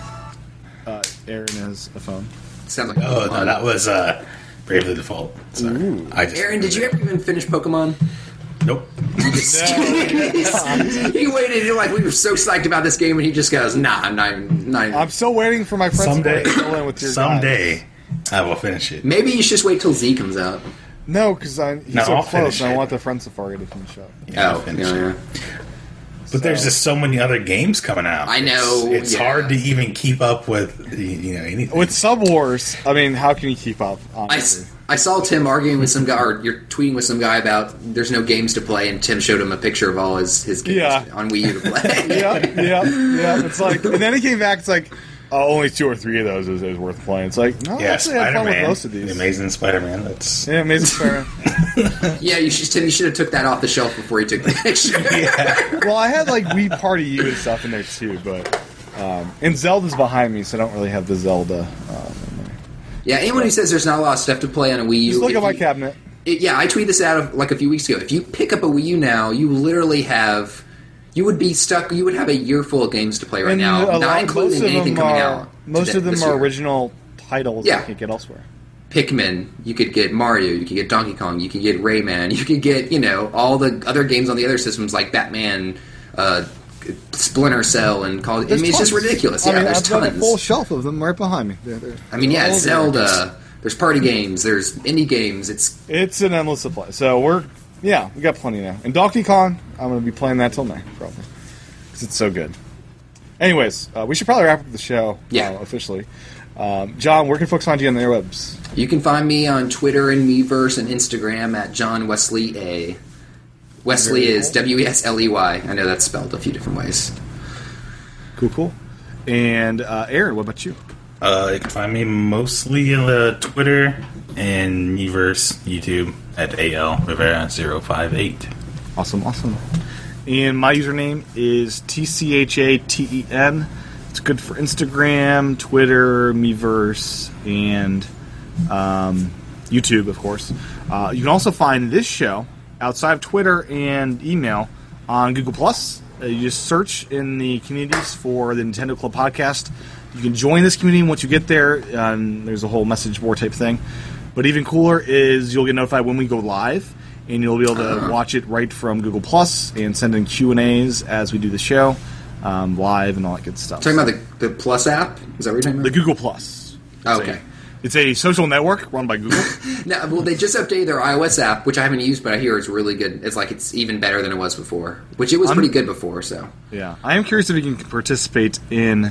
uh, Aaron has a phone. Sounds like Oh no, that was uh, Bravely Default. Sorry. I just Aaron, did you ever even finish Pokemon? Nope. he waited. You're like, we were so psyched about this game, and he just goes, "Nah, I'm not. Even, not even. I'm still waiting for my friends Someday, to fill in with your guys. someday, I will finish it. Maybe you should just wait till Z comes out." No, because I'm he's No, so I'll close. finish And I it. want the friend safari to finish up. Yeah, I'll oh, finish yeah, it. yeah. But there's just so many other games coming out. I know, It's, it's yeah. hard to even keep up with y- you know anything. With Sub Wars, I mean, how can you keep up? I, Honestly, s- I saw Tim arguing with some guy, or you're tweeting with some guy about there's no games to play, and Tim showed him a picture of all his, his games Yeah. on Wii U to play. yeah, yeah, yeah. It's like, and then he came back. It's like, oh, only two or three of those is, is worth playing. It's like, no, I yeah, actually had fun with Spider-Man, most of The these. Amazing Spider-Man. That's Yeah, Amazing Spider-Man. yeah, you should, Tim, you should have took that off the shelf before you took the picture. well, I had like Wii Party U and stuff in there too, but um, and Zelda's behind me, so I don't really have the Zelda. Um, in there. Yeah, anyone who says there's not a lot of stuff to play on a Wii U, Just look if at my you- cabinet. it- yeah, I tweeted this out of, like a few weeks ago. If you pick up a Wii U now, you literally have, you would be stuck. You would have a year full of games to play right now, a not lot- including anything them coming are, out. Most today- of them this are year. original titles Yeah. you can't get elsewhere. Pikmin. You could get Mario. You could get Donkey Kong. You could get Rayman. You could get you know all the other games on the other systems like Batman, uh, Splinter Cell, and Call. I mean, it's just tons. ridiculous. I yeah, mean, there's I've got a tons. full shelf of them right behind me. They're- they're- I mean, yeah, all over. Zelda. There's party games. There's indie games. It's It's an endless supply. So we're yeah, we got plenty now. And Donkey Kong, I'm going to be playing that till May probably because it's so good. Anyways, uh, we should probably wrap up the show. Yeah. uh, officially. Um, John, where can folks find you on the airwebs? You can find me on Twitter and Meverse and Instagram at John Wesley A. Wesley is W E S L E Y. I know that's spelled a few different ways. Cool, cool. And uh, Aaron, what about you? Uh, you can find me mostly on uh, Twitter and Meverse, YouTube at AL Rivera058. Awesome, awesome. And my username is TCHATEN. E It's good for Instagram, Twitter, Meverse, and um, YouTube, of course. Uh, you can also find this show outside of Twitter and email on Google Plus. Uh, you just search in the communities for the Nintendo Club podcast. You can join this community once you get there. Um, there's a whole message board type thing. But even cooler is you'll get notified when we go live, and you'll be able to watch it right from Google Plus and send in Q and A's as we do the show um, live and all that good stuff. Talking about the, the Plus app? Is that what you're talking the about? Google Plus. It's Oh, a- okay. it's a social network run by Google. No, well, they just updated their iOS app, which I haven't used, but I hear it's really good. It's like it's even better than it was before, which it was pretty good before. So Yeah, I am curious if you can participate in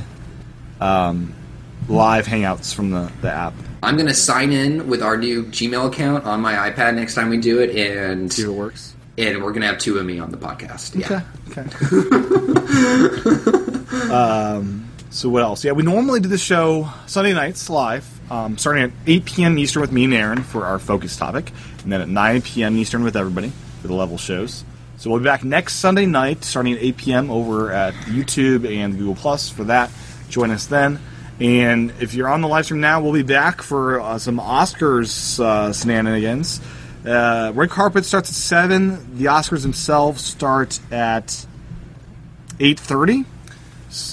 um, live hangouts from the, the app. I'm gonna sign in with our new Gmail account on my iPad next time we do it, and See if it works. and we're gonna have two of me on the podcast. Yeah, Okay. um, so what else? Yeah, we normally do the show Sunday nights live, um, starting at 8 p.m. Eastern with me and Aaron for our focus topic, and then at 9 p.m. Eastern with everybody for the level shows. So we'll be back next Sunday night, starting at 8 p.m. over at YouTube and Google Plus for that. Join us then. And if you're on the live stream now, we'll be back for uh, some Oscars uh, shenanigans. Uh, red carpet starts at seven. The Oscars themselves start at eight thirty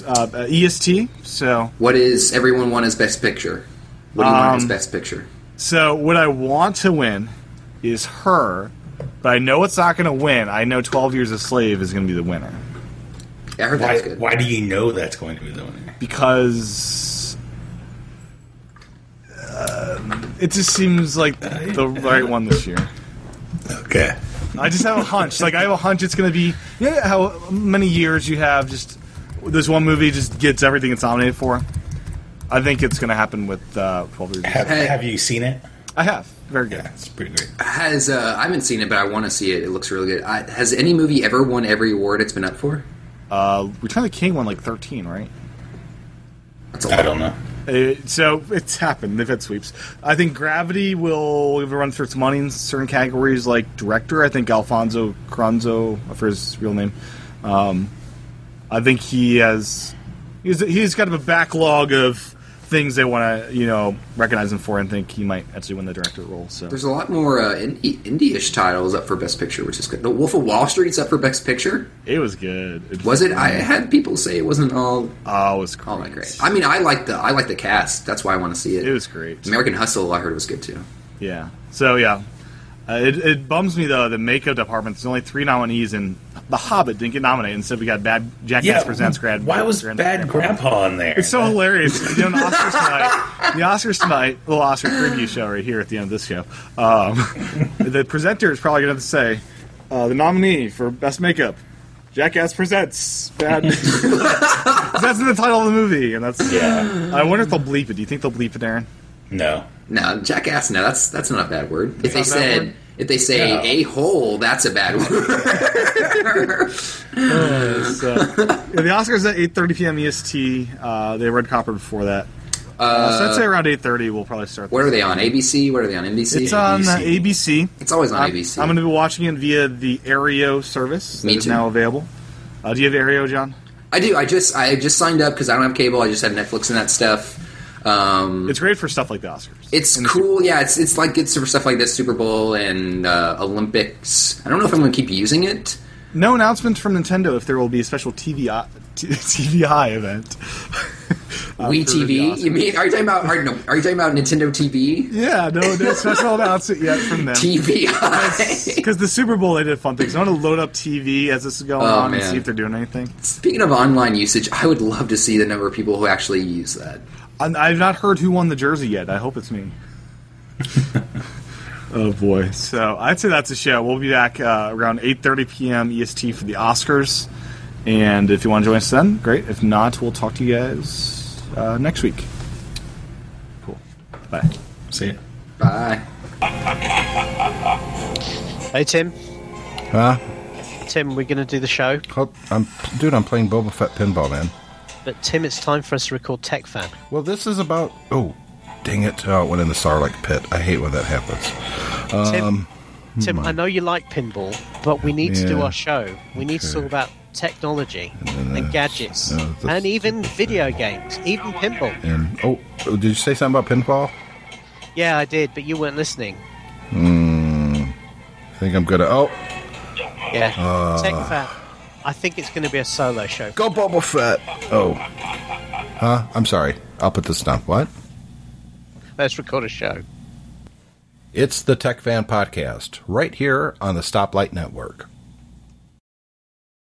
uh, uh, EST. So, What is everyone want as best picture? What do you Um, want as best picture? so what I want to win is her, but I know it's not going to win. I know Twelve Years a Slave is going to be the winner I heard Why, that's good. why do you know that's going to be the winner? because. uh, It just seems like the right one this year. Okay. I just have a hunch. Like I have a hunch it's going to be you know how many years you have just this one movie just gets everything it's nominated for. I think it's going to happen with uh, Twelve Years. Have, Hey. have you seen it? I have very good. Yeah, it's pretty great. Has uh, I haven't seen it, but I want to see it. It looks really good. I, has any movie ever won every award it's been up for? Uh, Return of the King won like thirteen, right? That's a I lot. don't know. Uh, so it's happened. They've had sweeps. I think Gravity will run for its money in certain categories, like director. I think Alfonso Cuarón, for his real name. Um, I think he has. He's, he's kind of a backlog of things they want to, you know, recognize him for, and think he might actually win the director role. So There's a lot more uh, indie, indie-ish titles up for Best Picture, which is good. The Wolf of Wall Street's up for Best Picture. it was good. Was it? I had people say it wasn't all Oh, it was great. all that great. I mean, I like the I like the cast. That's why I want to see it. it was great. American Hustle. I heard was good too. Yeah. So yeah, uh, it, it bums me though. The makeup department. There's only three nominees, and The Hobbit didn't get nominated. Instead, we got Bad Jackass Presents Grad. Why was Grand- Bad Grandpa on there? It's so hilarious. You know, the Oscars tonight. The Oscars tonight. Little Oscar preview show right here at the end of this show. Um, the presenter is probably going to say uh, the nominee for best makeup. Jackass presents bad. that's in the title of the movie, and that's. yeah. I wonder if they'll bleep it. Do you think they'll bleep it, Aaron? No. No, jackass. No, that's that's not a bad word. If they It's not a bad said word? if they say No. a hole, that's a bad word. So, yeah, uh, the Oscars at 8:30 p.m. EST. E Uh, they red copper before that. Uh, so I'd say around 8:30 we'll probably start. what are they on? ABC? What are they on? NBC? It's on uh, ABC. ABC. It's always on I'm, ABC. I'm going to be watching it via the Aereo service that Me is too. Hmm. now available. Uh, do you have Aereo, John? I do. I just I just signed up because I don't have cable. I just have Netflix and that stuff. Um, It's great for stuff like the Oscars. It's And the cool, yeah. It's it's like good for stuff like this, Super Bowl and uh, Olympics. I don't know if I'm going to keep using it. Super- no announcement from Nintendo if there will be a special TVI, t- TVI event. Uh, Wii for the TV? Oscars. You mean? Are you talking about? Are, no, are you talking about Nintendo TV? Yeah, no, no special announcement yet from them. TVI. Because the Super Bowl, they did fun things. I want to load up TV as this is going Oh, on and man. see if they're doing anything. Speaking of online usage, I would love to see the number of people who actually use that. I'm, I've not heard who won the jersey yet. I hope it's me. oh boy! E So I'd say that's a show. We'll be back uh, around 8:30 p.m. EST for the Oscars, And if you want to join us then, great. If not, we'll talk to you guys uh, next week. Cool. Bye. See ya. Bye. Hey Tim, Huh? Tim, we're going to do the show, Hold- I'm, dude, I'm playing Boba Fett pinball, man. but Tim, it's time for us to record Tech Fan. Well, this is about. Oh, dang it! Oh, it went in the Sarlacc pit. I hate when that happens. Tim, Um, Tim, I know you like pinball, but we need to do Yeah. our show. We need to Okay. talk about technology and, that's- gadgets uh, that's- and even video games, even pinball. and oh, oh, did you say something about pinball? Yeah, I did, but you weren't listening. I think I'm gonna. Oh, Yeah, Ah. Tech Fan. I think it's going to be a solo show. go Boba Fett. Oh, huh? I'm sorry. I'll put this down. What? Let's record a show. It's the Tech Fan Podcast right here on the Stoplight Network.